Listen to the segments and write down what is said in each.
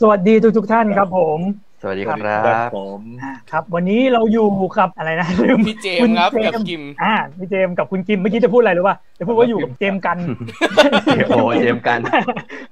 สวัสดีทุกทุกๆท่านครับผม สวัสดีครับ ผม อ่าครับ วันนี้เราอยู่กับอะไรนะลืม พี่เจมส์ครับกับกิม อ่าพี่เจมส์กับคุณกิมเมื่อกี้จะพูดอะไรหรือว่าจะพูดว่าอยู่กับเจมส์กัน โอ้เจมส์กัน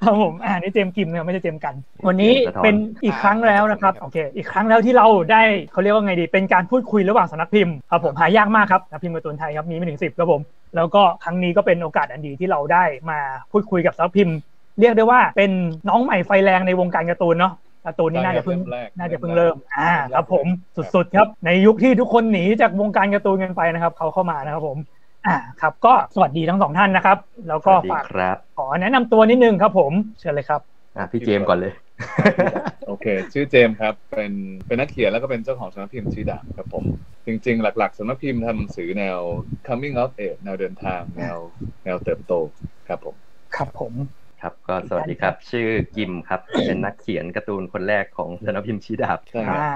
ครับผมอ่านี่เจมส์กิมนะครับไม่ใช่เจมส์กัน วันนี้ เจมส์ธร เป็นอีกครั้งแล้วนะครับโอเคอีกครั้งแล้วที่เราได้เขาเรียกว่าไงดี เป็นการพูดคุยระหว่างสำนักพิมพ์ครับผมหายากมากครับสำนักพิมพ์การ์ตูนไทยครับมีไม่ถึงสิบครับผม แล้วก็ครั้งนี้ก็เป็นโอกาสอันดีที่เราได้มาพูดคุยกับสำนักพิมพ์ เรียกได้ว่าเป็นน้องใหม่ไฟแรงในวงการการ์ตูนเนาะการ์ตูนนี่น่าจะเพิ่ง เริ่มแรก น่าจะเพิ่งเริ่ม อ่า ครับผม สุดๆ ครับ ในยุคที่ทุกคนหนีจากวงการการ์ตูนกันไปนะครับ เขาเข้ามานะครับผม อ่า ครับ ก็สวัสดีทั้งสองท่านนะครับ แล้ว ส ก็ วัสดี ฝาก ครับ ขอแนะนำตัวนิดนึงครับผม เชิญเลยครับ อ่ะพี่เจมส์ก่อนเลย โอเค ชื่อเจมส์ครับ เป็นเป็นนักเขียนแล้วก็เป็นเจ้าของสำนักพิมพ์ชื่อดังครับผม จริงๆ หลักๆสำนักพิมพ์ทำหนังสือแนว coming of age แนวเดินทาง แนวแนวเติบโตครับผม ครับผม ครับ ก็สวัสดีครับ ชื่อกิมครับ เป็นนักเขียนการ์ตูนคนแรกของสำนักพิมพ์ชีดาบ ใช่ อ่า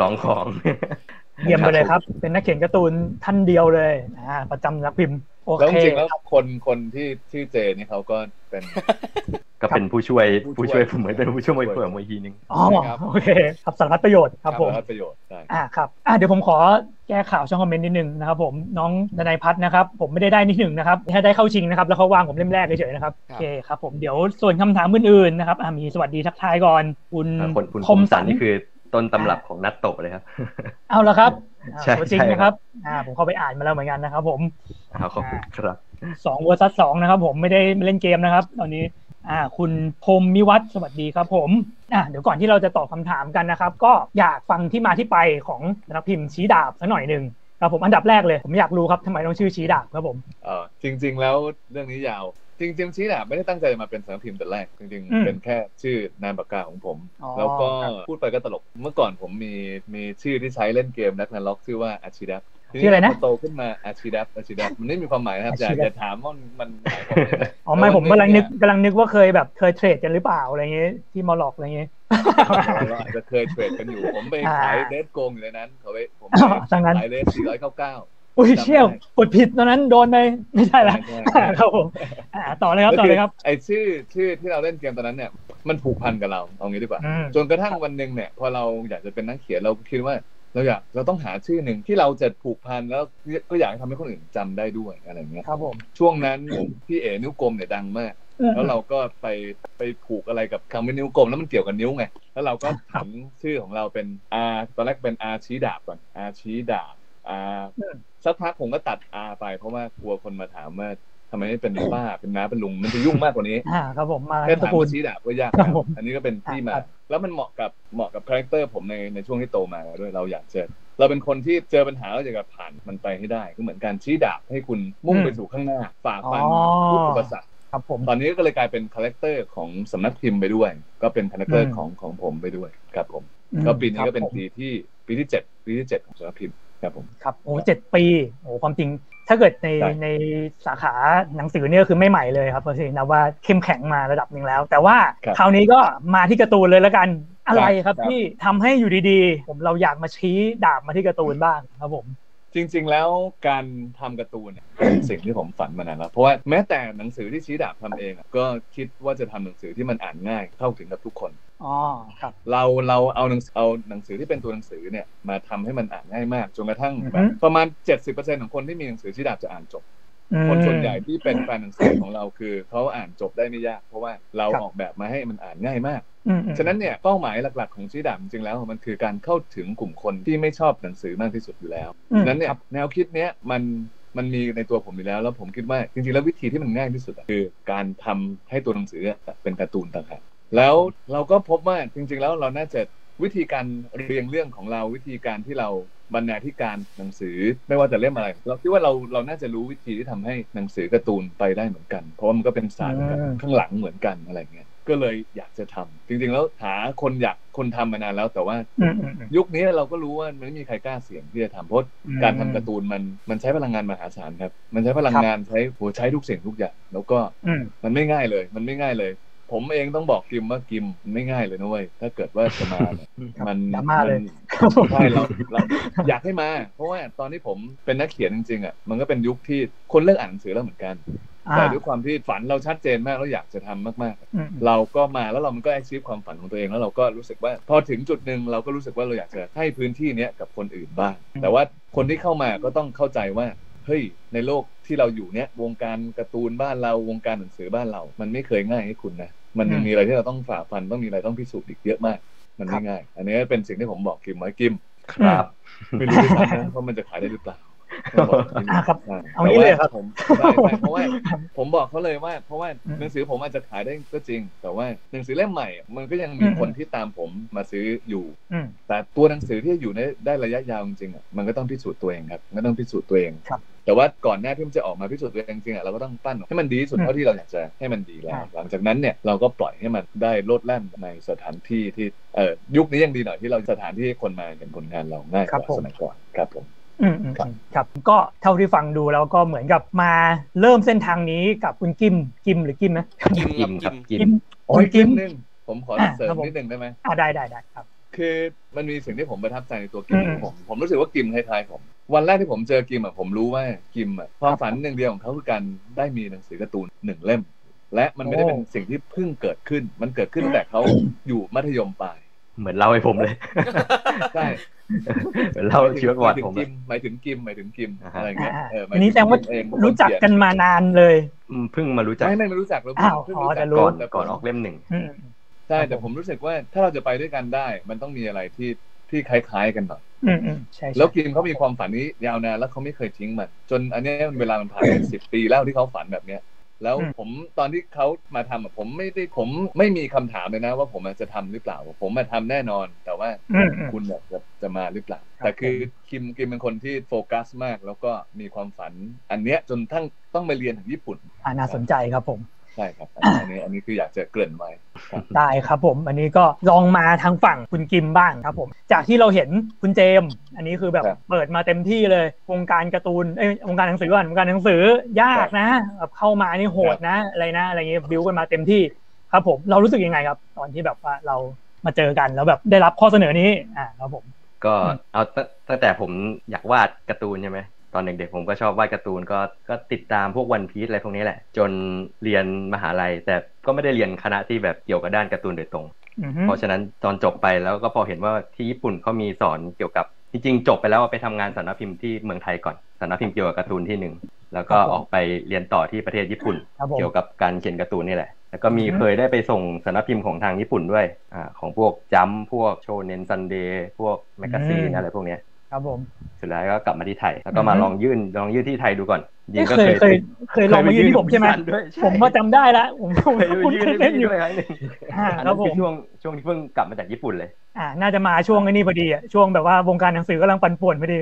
ลองของ เยี่ยมไปเลยครับ เป็นนักเขียนการ์ตูนท่านเดียวเลย อ่า ประจำนักพิมพ์ โอ แล้วจ เค ริงๆแล้วคนคนที่ชื่อเจนี่เขาก็เป็น ก็เป็นผู้ช่วย ผู้ ผู้ ช่ ช่ว วย ย ผมเหมือนเป็นผู้ช่วยมวยเปิดมวยทีนึง อ๋อ โอเค ครับสารพัดประโยชน์ครับผม ได้ประโยชน์ใช่ อ่าครับอ่าเดี๋ยวผมขอแก้ข่าวช่องคอมเมนต์นิดนึงนะครับผมน้องดนายพัฒน์นะครับผมไม่ได้ได้นิดหนึ่งนะครับแค่ได้เข้าชิงนะครับแล้วเขาวางผมเล่มแรกเฉยๆนะครับ ค โอ รับ เคครับผมเดี๋ยวส่วนคำถามอื่นๆนะครับอ่ามีสวัสดีทักทายก่อนคุณ คนคุณ ค คม มสัสัน น นี่คือต้นตำรับของนัตโตะเลยครับ เอาละครับอ่า ใช่ ตัวจริง ใช่ นะครับอ่าผมเข้าไปอ่านมาแล้วเหมือนกันนะครับผม อ้าวขอบคุณครับ สองวอร์ซัสสองนะครับผมไม่ได้เล่นเกมนะครับ ตอนนี้อ่าคุณพรหมมิวัฒน์สวัสดีครับผมอ่าเดี๋ยวก่อนที่เราจะตอบคำถามกันนะครับ ก็อยากฟังที่มาที่ไปของนักพิมพ์ชี้ดาบสักหน่อยหนึ่งครับผมอันดับแรกเลยผมอยากรู้ครับทำไมต้องชื่อชี้ดาบครับผม เออจริง ๆ แล้วเรื่องนี้ยาว จริง ๆ ชี้ดาบไม่ได้ตั้งใจมาเป็นสำนักพิมพ์แต่แรก จริง อืม ๆ เป็นแค่ชื่อนามปากกาของผม อ๋อ แล้วก็ ครับ พูดไปก็ตลก เมื่อก่อนผมมีมีชื่อที่ใช้เล่นเกมนักนันล็อกชื่อว่าอาชิดับ ชื่ออะไรนะ พโตขึ้นมาอาชิดับอาชิดับมันไม่มีความหมายนะครับอย่า Archidab อย่าถามว่ามันหมายความว่าอะไร อ๋อไม่ แล้ว ผ วั ม น กำลังนึก นี้เนี่ย กำลังนึกว่าเคยแบบเคยเทรดกันหรือเปล่าอะไรเงี้ยที่มอลล็อกอะไรเงี้ย เราอาจจะเคยเทรดกันอยู่ ผมไป อ่า ขายเลสโกงอยู่ในนั้นเขาไปผม อ๋อดังนั้น ขายเลสสี่ร้อยเก้าเก้า อุ้ย จำไม่ได้ เชี่ยวกดผิดตอนนั้นโดนไปไม่ใช่ละ ครับผมอ่าต่อเลยครับต่อเลยครับ ไอชื่อชื่อที่เราเล่นเกมตอนนั้นเนี่ยมันผูกพันกับเราเอางี้ดีกว่า อืม จนกระทั่งวันหนึ่งเนี่ยพอเราอยากจะเป็นนักเขียนเราคิดว่าเราอยากเราต้องหาชื่อหนึ่งที่เราจะผูกพันแล้วก็อยากให้ทำให้คนอื่นจำได้ด้วยอะไรอย่างเงี้ย ครับผม ช่วงนั้นพี่เอ๋นิ้วกลมเนี่ยดังมาก อืม แล้วเราก็ไปไปผูกอะไรกับคำว่านิ้วกลมแล้วมันเกี่ยวกับนิ้วไงแล้วเราก็ถันชื่อของเราเป็นอาตอนแรกเป็นอาชี้ดาบก่อนอาชี้ดาบอาสักพักผมก็ตัดอาไป เพราะว่ากลัวคนมาถามว่าทำไมไม่เป็นป้าเป็นน้าเป็นลุงมันจะยุ่งมากกว่านี้ อ่าครับผมมา แค่ ต ถา ระ ม กูล ว่าชี้ดาบก็ยาก ครับผม อันนี้ก็เป็นที่มา ครับ แล้วมันเหมาะกับเหมาะกับคาแรคเตอร์ผมในในช่วงที่โตมาด้วยเราอยากเจอเราเป็นคนที่เจอปัญหาแล้วอยากจะผ่านมันไปให้ได้ก็เหมือนการชี้ดาบให้คุณมุ่งไปสู่ข้างหน้าฝ่าฟันทุกอุปสรรค ครับผม ตอนนี้ก็เลยกลายเป็นคาแรคเตอร์ของสำนักพิมพ์ไปด้วย ก็เป็นคาแรคเตอ อื ร์ ม ของของผมไปด้วยครับผมก็ปีนี้ก็เป็นปีที่ปีที่เจ็ดปีที่เจ็ดของสำนักพิมพ์ครับผม ครับโอ้เจ็ดปีโอ้ความจริง ถ้าเกิดใน ใช่ ในสาขาหนังสือเนี่ยก็คือไม่ใหม่เลยครับเพราะฉะนั้นนับว่าเข้มแข็งมาระดับหนึ่งแล้ว แต่ว่าคราวนี้ก็มาที่การ์ตูนเลยละกันอะไรครับที่ทำให้อยู่ดีๆ ผมเราอยากมาชี้ดาบมาที่การ์ตูนบ้างครับผม จริง ๆ แล้วการทำการ์ตูนเนี่ย เป็นสิ่งที่ผมฝันมานานแล้ว เพราะว่าแม้แต่หนังสือที่ชี้ดาบทำเองอะก็คิดว่าจะทำหนังสือที่มันอ่านง่ายเข้าถึงกับทุกคน อ๋อครับ เราเราเอาหนังสือเอาหนังสือที่เป็นตัวหนังสือเนี่ยมาทำให้มันอ่านง่ายมากจนกระทั่ง อือฮึ แบบประมาณ 70%ของคนที่มีหนังสือชี้ดาบจะอ่านจบ อืม คนส่วนใหญ่ที่เป็นแฟนหนังสือของเราคือเขาอ่านจบได้ไม่ยาก เพราะว่าเรา ครับ ออกแบบมาให้มันอ่านง่ายมาก อืมอืม ฉะนั้นเนี่ยเป้าหมายหลักๆของชี้ดาบจริงๆแล้วมันคือการเข้าถึงกลุ่มคนที่ไม่ชอบหนังสือมากที่สุดอยู่แล้ว อืม ฉะนั้นเนี่ยแนวคิดเนี้ยมันมันมีในตัวผมอยู่แล้ว แล้วผมคิดว่าจริงๆแล้ววิธีที่มันง่ายที่สุดอะคือการทำให้ตัวหนังสือเป็นการ์ตูนต่างหากแล้วเราก็พบว่าจริง ๆ แล้วเราน่าจะ วิธีการเรียงเรื่องของเราวิธีการที่เราบรรณาธิการหนังสือไม่ว่าจะเล่มอะไร เราคิดว่าเราเราน่าจะรู้วิธีที่ทำให้หนังสือการ์ตูนไปได้เหมือนกัน เพราะว่ามันก็เป็นศาสตร์เหมือนกัน อืม ข้างหลังเหมือนกันอะไรเงี้ยก็เลยอยากจะทำจริงๆแล้วหาคนอยากคนทำมานานแล้ว แต่ว่า อืมอืมอืม ยุคนี้เราก็รู้ว่ามันไม่มีใครกล้าเสี่ยงที่จะทำเพราะการทำการ์ตูนมันมันใช้พลังงานมหาศาลครับมันใช้พลัง ครับ งานใช้โหใช้ทุกสิ่งทุกอย่างแล้วก็ อืม มันไม่ง่ายเลย มันไม่ง่ายเลย ผมเองต้องบอกกิมว่ากิมไม่ง่ายเลยนะเว้ย ถ้าเกิดว่าจะมาเนี่ย ครับ มัน ดราม่าน เลย ครับผม ใช่เราเราอยากให้มา เพราะว่าตอนที่ผมเป็นนักเขียนจริงๆอ่ะ มันก็เป็นยุคที่คนเลิกอ่านหนังสือแล้วเหมือนกัน อ่า แต่ด้วยความที่ฝันเราชัดเจนมากเราอยากจะทำมาก อืม ๆ เราก็มาแล้วเรามันก็ achieve ความฝันของตัวเองแล้วเราก็รู้สึกว่า พอถึงจุดหนึ่งเราก็รู้สึกว่าเราอยากจะให้พื้นที่เนี้ยกับคนอื่นบ้าง แต่ว่าคนที่เข้ามาก็ต้องเข้าใจว่าเฮ้ยในโลกที่เราอยู่เนี้ยวงการการ์ตูนบ้านเราวงการหนังสือบ้านเรา มันไม่เคยง่ายให้คุณนะมันยังมีอะไรที่เราต้องฝ่าฟันต้องมีอะไรต้องพิสูจน์อีกเยอะมาก มันไม่ง่าย อันนี้เป็นสิ่งที่ผมบอกกิมไว้กิม ครับ ไม่รู้ด้วยซ้ำนะว่ามันจะขายได้หรือเปล่าต้องบอกอย่างนี้ อ่าครับ ใช่ เอางี้เลยเหรอครับ แต่ว่าผมได้ไปเพ ราะว่าผมบอกเขาเลยว่า เพราะว่า อืม หนังสือผมอาจจะขายได้ก็จริง แต่ว่าหนังสือเล่มใหม่อะมันก็ยังมี อืม คนที่ตามผมมาซื้ออยู่ อืม แต่ตัวหนังสือที่อยู่ในได้ระยะยาวจริงๆอ่ะมันก็ต้องพิสูจน์ตัวเองครับมันก็ต้องพิสูจน์ตัวเอง ครับ แต่ว่าก่อนหน้าที่มันจะออกมาพิสูจน์ตัวเองจริงๆอ่ะเราก็ต้องปั้นให้มันดีที่สุด อืม เท่าที่เราอยากจะให้มันดีแล้ว ครับ หลังจากนั้นเนี่ยเราก็ปล่อยให้มันได้โลดแล่นในสถานที่ที่เอ่อยุคนี้ยังดีหน่อยที่เราสถานที่ให้คนมาเห็นผลงานเราง่ายกว่าสมัยก่อนครับผม อืมอืมอืมครับก็เท่าที่ฟังดูแล้วก็เหมือนกับมาเริ่มเส้นทางนี้กับคุณกิมกิมหรือกิมนะ กิม กิ กับ มค กิ รับ ม กิม โอ้ย กิ กิ ม มนึงผมขอเสริม อ่ะครับผม นิดนึงได้ไหม อ่าได้ได้ได้ครับ คือมันมีสิ่งที่ผมประทับใจในตัวกิม อืม ผมผมรู้สึกว่ากิมคล้ายๆผม วันแรกที่ผมเจอกิมอ่ะผมรู้ว่ากิมอ่ะความฝันหนึ่งเดียวของเขาคือการได้มีหนังสือการ์ตูนหนึ่งเล่ม และมันไม่ได้ โอ้ เป็นสิ่งที่เพิ่งเกิดขึ้น มันเกิดขึ้นตั้งแต่เขา อยู่มัธยมปลาย เหมือนเล่าให้ผมเลย ใช่ เหมือนเล่าชีวประวัติผม ห เลย มายถึงกิมหมายถึงกิม อ่าฮะ อะไรอย่างเงี้ย อ่า เออหมย อั ถึ นนี้แสดงว่า กิมเอผม รู้จักกันมานานเลย อืมเพิ่งมารู้จัก ไม่ไม่ไม่รู้จักเรา อ้าว เพิ่ง อ๋อ รู้จั แต่ ก รู้ ก่อน แต่ผม ก่อนออกเล่มหนึ่ง อืม ใช่ ครับ แต่ ผม ผมรู้สึกว่าถ้าเราจะไปด้วยกันได้ มันต้องมีอะไรที่ที่คล้ายๆกันหน่อย อืมอืมใช่ใช่ แล้วกิมเขามีความฝันนี้ยาวนานแล้วเขาไม่เคยทิ้งมัน จนอันเนี้ยเวลามันผ่านไปสิบปีแล้วที่เขาฝันแบบเนี้ย แล้วผมตอนที่เขามาทำอะผมไม่ได้ผมไม่มีคำถามเลยนะ ว่าผมอะจะทำหรือเปล่า ผมมาทำแน่นอน แต่ว่า อืมอืม คุณอะจะจะมาหรือเปล่า ครับ แต่คือคิมกิมเป็นคนที่โฟกัสมาก แล้วก็มีความฝัน อันเนี้ยจนทั้งต้องไปเรียนถึงญี่ปุ่น าน่าสนใจครับผม ใช่ครับอันนี้อันนี้คืออยากจะเกริ่นไว้ ได้ครับผม อันนี้ก็ลองมาทางฝั่งคุณกิมบ้างครับผม จากที่เราเห็นคุณเจมส์อันนี้คือแบบ ครับ เปิดมาเต็มที่เลยวงการการ์ตูนเอ้ยวงการหนังสือก่อนวงการหนังสือยากนะแบบเข้ามานี่โหดนะอะไรนะอะไรเงี้ยบิวกันมาเต็มที่ครับผมเรารู้สึกยังไงครับ ตอนที่แบบว่าเรามาเจอกันแล้วแบบได้รับข้อเสนอนี้อ่าครับผม ก็ อืม เอาตตั้งแต่ผมอยากวาดการ์ตูนใช่ไหมตอนเด็กๆผมก็ชอบวาดการ์ตูนก็ก็ติดตามพวกวันพีซอะไรพวกนี้แหละ จนเรียนมหาลัย แต่ก็ไม่ได้เรียนคณะที่แบบเกี่ยวกับด้านการ์ตูนโดยตรง อือฮึ เพราะฉะนั้นตอนจบไปแล้วก็พอเห็นว่าที่ญี่ปุ่นเขามีสอนเกี่ยวกับจริงๆจบไปแล้วไปทำงานสำนักพิมพ์ที่เมืองไทยก่อนสำนักพิมพ์เกี่ยวกับการ์ตูนที่หนึ่งแล้วก็ออกไปเรียนต่อที่ประเทศญี่ปุ่น ครับผม เกี่ยวกับการเขียนการ์ตูนนี่แหละ แล้วก็มี อือฮึ เคยได้ไปส่งสำนักพิมพ์ของทางญี่ปุ่นด้วยอ่าของพวกจัมพวกโชเนนซันเดย์พวกแมกกาซีนอะไรพวกเนี้ย ครับผม สุดท้ายก็กลับมาที่ไทย แล้วก็มา อือฮึ ลองยื่นลองยื่นที่ไทยดูก่อน เอ้ยเคยเคยเคยลองมายืนที่ผมใช่ไหม เคยปยื่นที่ ผมก็จำได้แล้วผมผม เคย คุณ ยื่น เคย ให้ เล่น พี่ อยู่ ด้วยครั้งหนึ่ง อ่า อัน ครั นั้ บ น ผ คือ ม ช่วงช่วงที่เพิ่งกลับมาจากญี่ปุ่นเลย อ่า น่าจะมาช่วงไอ้นี้พอดีอ่ะ ช่วงแบบว่าวงการหนังสือกำลังปั่นป่วนพอดี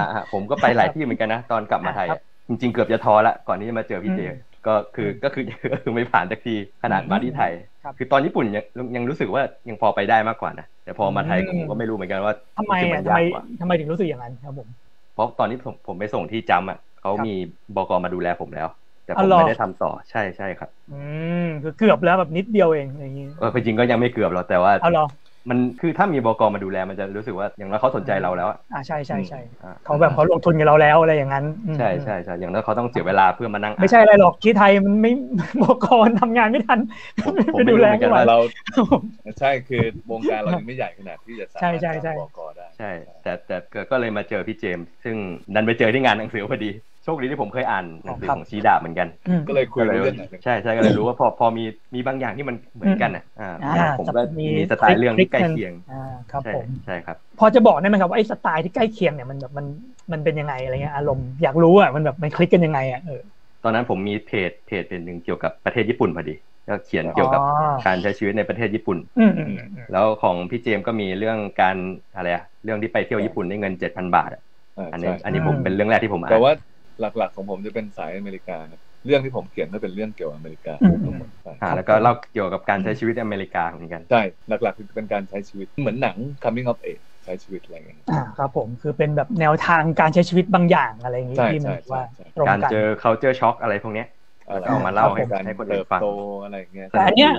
อ่าฮะผมก็ไปหลายที่เหมือนกันนะ ตอนกลับมาไทย ครับ อะจริงๆเกือบจะท้อละก่อนที่จะมาเจอพี่เจ อืม ก็คือก็คือ ก็คือไม่ผ่านสักทีขนาดมาที่ไทย ครับ คือตอนญี่ปุ่นยังยังรู้สึกว่ายังพอไปได้มากกว่านะแต่พอมาไทย อืม ผมก็ไม่รู้เหมือนกันว่า ทำไม จริงๆ อ่ะ น ทำไม ยากกว่า ทำไมถึงรู้สึกอย่างนั้นครับผม เพราะตอนนี้ผมผมไปส่งที่จำอ่ะเขา ครับ มีบกมาดูแลผมแล้ว แต่ อ๋ ผ อ ม เหรอ ไม่ได้ทำต่อใช่ใช่ครับ อืมคือเกือบแล้วแบบนิดเดียวเองอย่างนี้ เออจริงๆก็ยังไม่เกือบหรอกแต่ว่า เอาเหรอ มันคือถ้ามีบกมาดูแลมันจะรู้สึกว่าอย่างน้อยเขาสนใจเราแล้วอะ อ่าใช่ใช่ใช่ อ่ะ เขาแบบเขาลงทุนกับเราแล้วอะไรอย่างนั้นอืม ใช่ใช่ใช่อย่างน้อยเขาต้องเสียเวลาเพื่อมานั่ง ไม่ใช่อะไรหรอกที่ไทยมันไม่ บอกก่อนทำงานไม่ทัน ผมผม ไป ไม่ ดู รู้ แล เหมือน กั กัน น ห ว่า น่อย เรา ใช่คือวงการเรายังไม่ใหญ่ขนาดที่จะสามารถ ใช่ใช่ ทำบกได้ ใช่ แต่แต่ก็ก็เลยมาเจอพี่เจมส์ซึ่งดันไปเจอที่งานหนังสือพอดีโชคดีที่ผมเคยอ่านหนังสือ ครับ ของชีดาเหมือนกัน อืม ก็เลยคุยเรื่องหนัง ใช่ใช่ก็เลยรู้ว่าพอพอมีมีบางอย่างที่มันเหมือนกันอ่ะอ่า อ่า ผมก็ มี มีสไตล์เรื่องที่ใกล้ คลิกกัน เคียง อ่าครับ ใช่ ผม ใช่ครับ พอจะบอกได้ไหมครับว่าไอ้สไตล์ที่ใกล้เคียงเนี่ยมันแบบมันมันเป็นยังไงอะไรเงี้ยอารมณ์อยากรู้อ่ะมันแบบมันคลิกกันยังไงอ่ะเออ ตอนนั้นผมมีเพจเพจเป็นหนึ่งเกี่ยวกับประเทศญี่ปุ่นพอดีก็เขียนเกี่ยวกับ อ๋อ การใช้ชีวิตในประเทศญี่ปุ่น อืมอืมอืม แล้วของพี่เจมส์ก็มีเรื่องการอะไรอะเรื่องที่ไปเที่ยวญี่ปุ่นได้เงินเจ็ดพันบาทอะ า อันนี้ ใช่ อันนี้ผม อืม เป็นเรื่องแรกที่ผมอ่าน แต่ว่าหลักๆของผมจะเป็นสายอเมริกาครับเรื่องที่ผมเขียนก็เป็นเรื่องเกี่ยวกับอเมริกา อืม ทั้งหมดใช่ อ่าแล้วก็เล่าเกี่ยวกับการใช้ชีวิตในอเมริกาเหมือนกัน ใช่หลักๆคือเป็นการใช้ชีวิตเหมือนหนัง coming of age ใช้ชีวิตอะไรอย่างเงี้ย อ่าครับผมคือเป็นแบบแนวทางการใช้ชีวิตบางอย่างอะไรอย่างนี้ ใช่ ที่มัน ใช่ แบบว่า ใช่ใช่ ตรง การ กัน เจอ culture shock อะไรพวกเนี้ย อะไร เอามาเล่าให้ การ ให้คนอื่ เติ น บ ฟัง โตอะไรอย่างเงี้ย แต่อันเนี้ย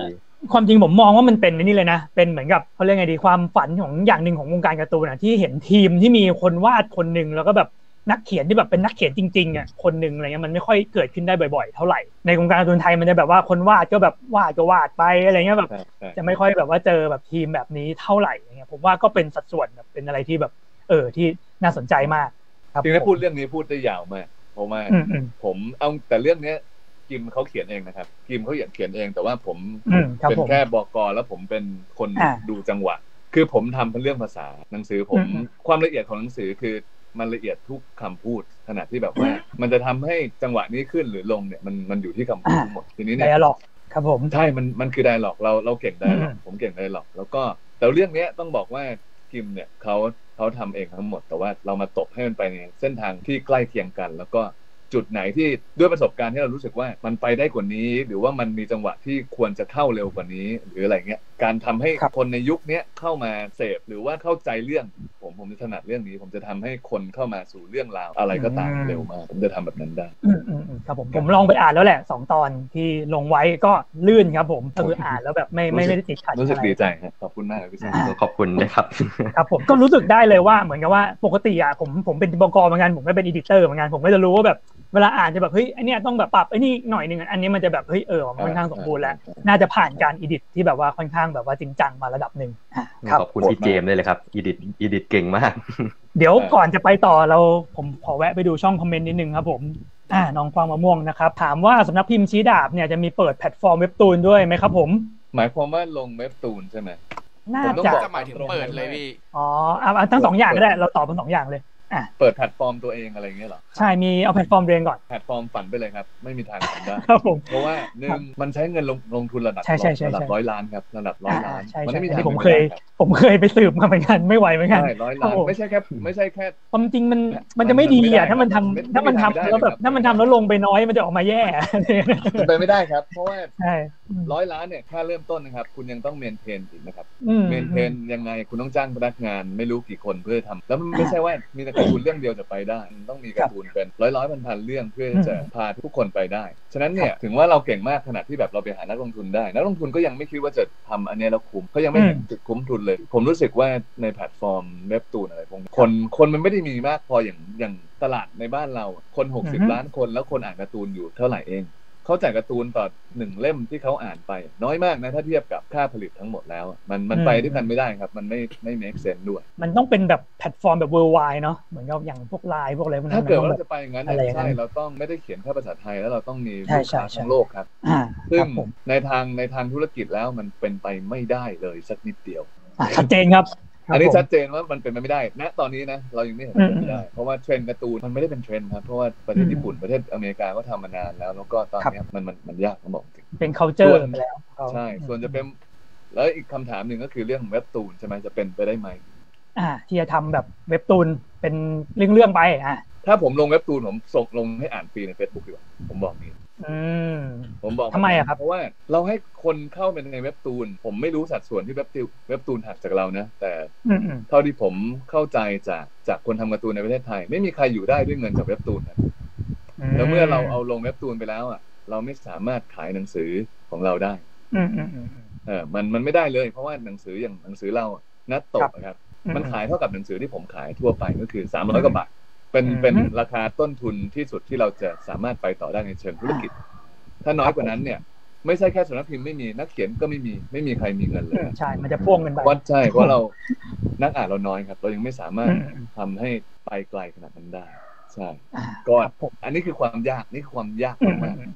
ความจริงผมมองว่ามันเป็นไอ้นี่เลยนะ เป็นเหมือนกับเขาเรียกไงดีความฝันของอย่างหนึ่งของวงการการ์ตูนอะที่เห็นทีมที่มีคนวาดคนหนึ่งแล้วก็แบบ นักเขียนที่แบบเป็นนักเขียนจริงๆอ่ะคนหนึ่งอะไรเงี้ยมันไม่ค่อยเกิดขึ้นได้บ่อยๆ เท่าไหร่ในวงการการ์ตูนไทยมันจะแบบว่าคนวาดก็แบบวาดก็วาดไปอะไรเงี้ยแบบ ใช่ใช่ จะไม่ค่อยแบบว่าเจอแบบทีมแบบนี้เท่าไหร่อย่างเงี้ยผมว่าก็เป็นสัดส่วนแบบเป็นอะไรที่แบบ เออที่น่าสนใจมาก ครับ จริงๆถ้าพูผดม เรื่องนี้พูดได้ยาวมากเพราะว่า อืมอืม ผมเอาแต่เรื่องเนี้ยกิมเขาเขียนเองนะครับกิมเขาอยากเขียนเองแต่ว่าผม อืมครับ เป็น ผม แค่บอกกแล้วผมเป็นคน อ่า ดูจังหวะ คือผมทำเป็นเรื่องภาษาหนังสือผม อืม ความละเอียดของหนังสือคือมันละเอียดทุกคำพูดขนาดที่แบบว่า มันจะทำให้จังหวะนี้ขึ้นหรือลงเนี่ยมันมันอยู่ที่คำพูดทั้งหมดทีนี้ ได เนี่ย อะล็อกครับผม ใช่ มัน มันคือไดหลอก เรา เราเก่งไดหลอก อืม ผมเก่งไดหลอก แล้วก็ แต่เรื่องเนี้ยต้องบอกว่ากิมเนี่ยเขาเขาทำเองทั้งหมด แต่ว่าเรามาตบให้มันไปในเส้นทางที่ใกล้เคียงกัน แล้วก็จุดไหนที่ด้วยประสบการณ์ที่เรารู้สึกว่ามันไปได้กว่านี้ หรือว่ามันมีจังหวะที่ควรจะเข้าเร็วกว่านี้ หรืออะไรเงี้ย การทำให้ ครับ คนในยุคเนี้ยเข้ามาเสพหรือว่าเข้าใจเรื่อง ผมผมจะถนัดเรื่องนี้ ผมจะทำให้คนเข้ามาสู่เรื่องราวอะไรก็ตามเร็วมากผมจะทำแบบนั้นได้ อืมอืมอืมครับผมผมลองไปอ่านแล้วแหละสองตอนที่ลงไว้ก็ลื่นครับผมก็คืออ่านแล้วแบบไม่ไม่ไม่ได้ติดขัด รู้สึก อะไร ดีใจครับขอบคุณมากครับพี่แซม ขอบคุณนะครับ ครับผมก็รู้สึกได้เลยว่าเหมือนกับว่าปกติอ่ะผมผมเป็นบกเหมือนกันผมก็เป็นอดิเตอร์เหมือนกันผมก็จะรู้ว่าแบบเวลาอ่านจะแบบเฮ้ยไอนเนี้ยต้องแบบปรับไอ้นี่หน่อยหนึ่งอันนี้มันจะแบบเฮ้ยเออมันค่อนข้างสมบูรณ์แล้ว น่าจะผ่านการอดิตที่แบบว่าค่อนข้างแบบว่าจริงจังมาระดับหนึ่งอ่ะครับ ขอบคุณพี่เจมส์ด้วยเลยครับอีดิทอีดิทเก่งมาก เดี๋ยว เออ ก่อนจะไปต่อเราผมขอแวะไปดูช่องคอมเมนต์นิดนึงครับผมอ่าน้องกวางมะม่วงนะครับ ถามว่าสำนักพิมพ์ชี้ดาบเนี่ยจะมีเปิดแพลตฟอร์มเว็บตูนด้วยไหมครับผม หมายความว่าลงเว็บตูนใช่ไหม น่า ผมต้อง จะ บอก จะหมายถึงเปิดเลยพี่ อ๋ออ่ะอ่ะทั้งสองอย่างก็ได้เราตอบเป็นสองอย่างเลย เปิดแพลตฟอร์มตัวเองอะไรอย่างเงี้ยเหรอ ใช่มีเอาแพลตฟอร์มเรียนก่อน แพลตฟอร์มฝันไปเลยครับ ไม่มีทางทำได้ ครับผม เพราะว่าหนึ่งมันใช้เงินลงลงทุนระดับ ใช่ใช่ใช่ ระดับ ใช่ ร้อยล้านครับ ระดับร้อย อ่า ล้าน ใช่ มั ใช่ ไม่มี อัน ทาง นี้ผมเคย ป็นไปได้รับ ผมเคยไปสืบมาเหมือนกันไม่ไหวเหมือนกัน ใช่ร้อยล้าน โอ้โห ไม่ใช่แค่ไม่ใช่แค่ ความจริงมัน มั มัน น จะไม่ดี มันไม่ได้ อ่ะถ้ามันทำ มันไม่ ถ้ามันทำ ไม่ได้ แล้วแบบ ครับ ถ้ามันทำแล้วลงไปน้อยมันจะออกมาแย่ เป็นไปไม่ได้ครับ เพราะว่า ใช่อืม ร้อยล้านเนี่ยค่าเริ่มต้นนะครับ คุณยังต้องเมนเทนอีกนะครับ อืม เมนเทนยังไงคุณต้องจ้างพนักงานไม่รู้กี่คนเพื่อทำแล้วมันไม่ใช่ว่ามีแต่การ์ตูนเรื่องเดียวจะไปได้มันต้องมีการ์ตูนเป็นร้อยร้อยพันพันๆเรื่องเพื่อที่จะพาทุกคนไปได้ ฉะนั้นเนี่ยถึงว่าเราเก่งมากขนาดที่แบบเราไปหานักลงทุนได้ นักลงทุนก็ยังไม่คิดว่าจะทำอันเนี้ยแล้วคุ้มเขายังไม่เห็นจุดคุ้มทุนเลย ผมรู้สึกว่าในแพลตฟอร์มเว็บตูนอะไรพวกนี้คนคนมันไม่ได้มีมากพออย่างอย่างตลาดในบ้านเราคน 60 ล้านคนแล้วคนอ่านการ์ตูนอยู่เท่าไหร่เอง เขาจ่ายการ์ตูนต่อหนึ่งเล่มที่เขาอ่านไป น้อยมากนะ ถ้าเทียบกับค่าผลิตทั้งหมดแล้วอะมันมันไปด้วยกันไม่ได้ครับ มันไม่ไม่ make sense ด้วย มันต้องเป็นแบบแพลตฟอร์มแบบ worldwide เนาะเหมือนกับอย่างพวกไลน์พวกอะไรพวกนั้น ถ้าเกิด มัน ว่า ต้องแบบเราจะไปอย่างนั้น อะไรอย่างนั้ ใช่ น เราต้องไม่ได้เขียนแค่ภาษาไทยแล้วเราต้องมี ใช่ ลูกค้า ใช่ ทั้งโลกครับ อ่าคซึ่ง รับผม ในทางในทางธุรกิจแล้วมันเป็นไปไม่ได้เลยสักนิดเดียว อ่ะชัดเจนครับครับ อันนี้ ผม ชัดเจนว่ามันเป็นไปไม่ได้นะตอนนี้นะเรายังไม่เห็น อืม เป็นไปได้ เพราะว่าเทรนด์การ์ตูนมันไม่ได้เป็นเทรนด์ครับเพราะว่าประเทศญี่ปุ่นประเทศอเมริกาก็ทำมานานแล้วแล้วก็ตอน ครับ เนี้ยมันมันมันยากต้องบอกจริง เป็น culture ส่วน ไปแล้วเขา ใช่ ส่วนจะเป็นแล้วอีกคำถามหนึ่งก็คือเรื่องเว็บตูนใช่ไหมจะเป็นไปได้ไหม อ่าที่จะทำแบบเว็บตูนเป็นเรื่องๆไปอ่ะ ถ้าผมลงเว็บตูนผมส่งลงให้อ่านฟรีใน Facebook ดีกว่าผมบอกนี้ อืม ผมบอก ทำไมอะครับ เพราะว่าเราให้คนเข้าไปในเว็บตูน ผมไม่รู้สัดส่วนที่เว็บตูนเว็บตูนหักจากเรานะ แต่ อืมอืม เท่าที่ผมเข้าใจจากจากคนทำการ์ตูนในประเทศไทย ไม่มีใครอยู่ได้ด้วยเงินจากเว็บตูนนะแล้วเมื่อเราเอาลงเว็บตูนไปแล้วอ่ะเราไม่สามารถขายหนังสือของเราได้ อืมอืมอืมอืม เออมันมันไม่ได้เลยเพราะว่าหนังสืออย่างหนังสือเราอะนัดตครักบ อะครับ อื มันขายเท่ากับหนังสือที่ผมขายทั่วไปก็คือ 300กว่าบาท เป็น อืม เป็นราคาต้นทุนที่สุดที่เราจะสามารถไปต่อได้ในเชิงธุรกิจ ถ้าน้อยกว่านั้นเนี่ย ไม่ใช่แค่สำนักพิมพ์ไม่มีนักเขียนก็ไม่มีไม่มีใครมีเงินเล อื ย มใช่มันจะพ่วงกันไป วัดใช่เพราะเรานักอ่านเราน้อยครับ เรายังไม่สามารถ อืมอืม ทำให้ไปไกลขนาดนั้นได้ใช่ อ่า ก่อน ครับผม อันนี้คือความยากนี่คือความยาก อืม มาก อืม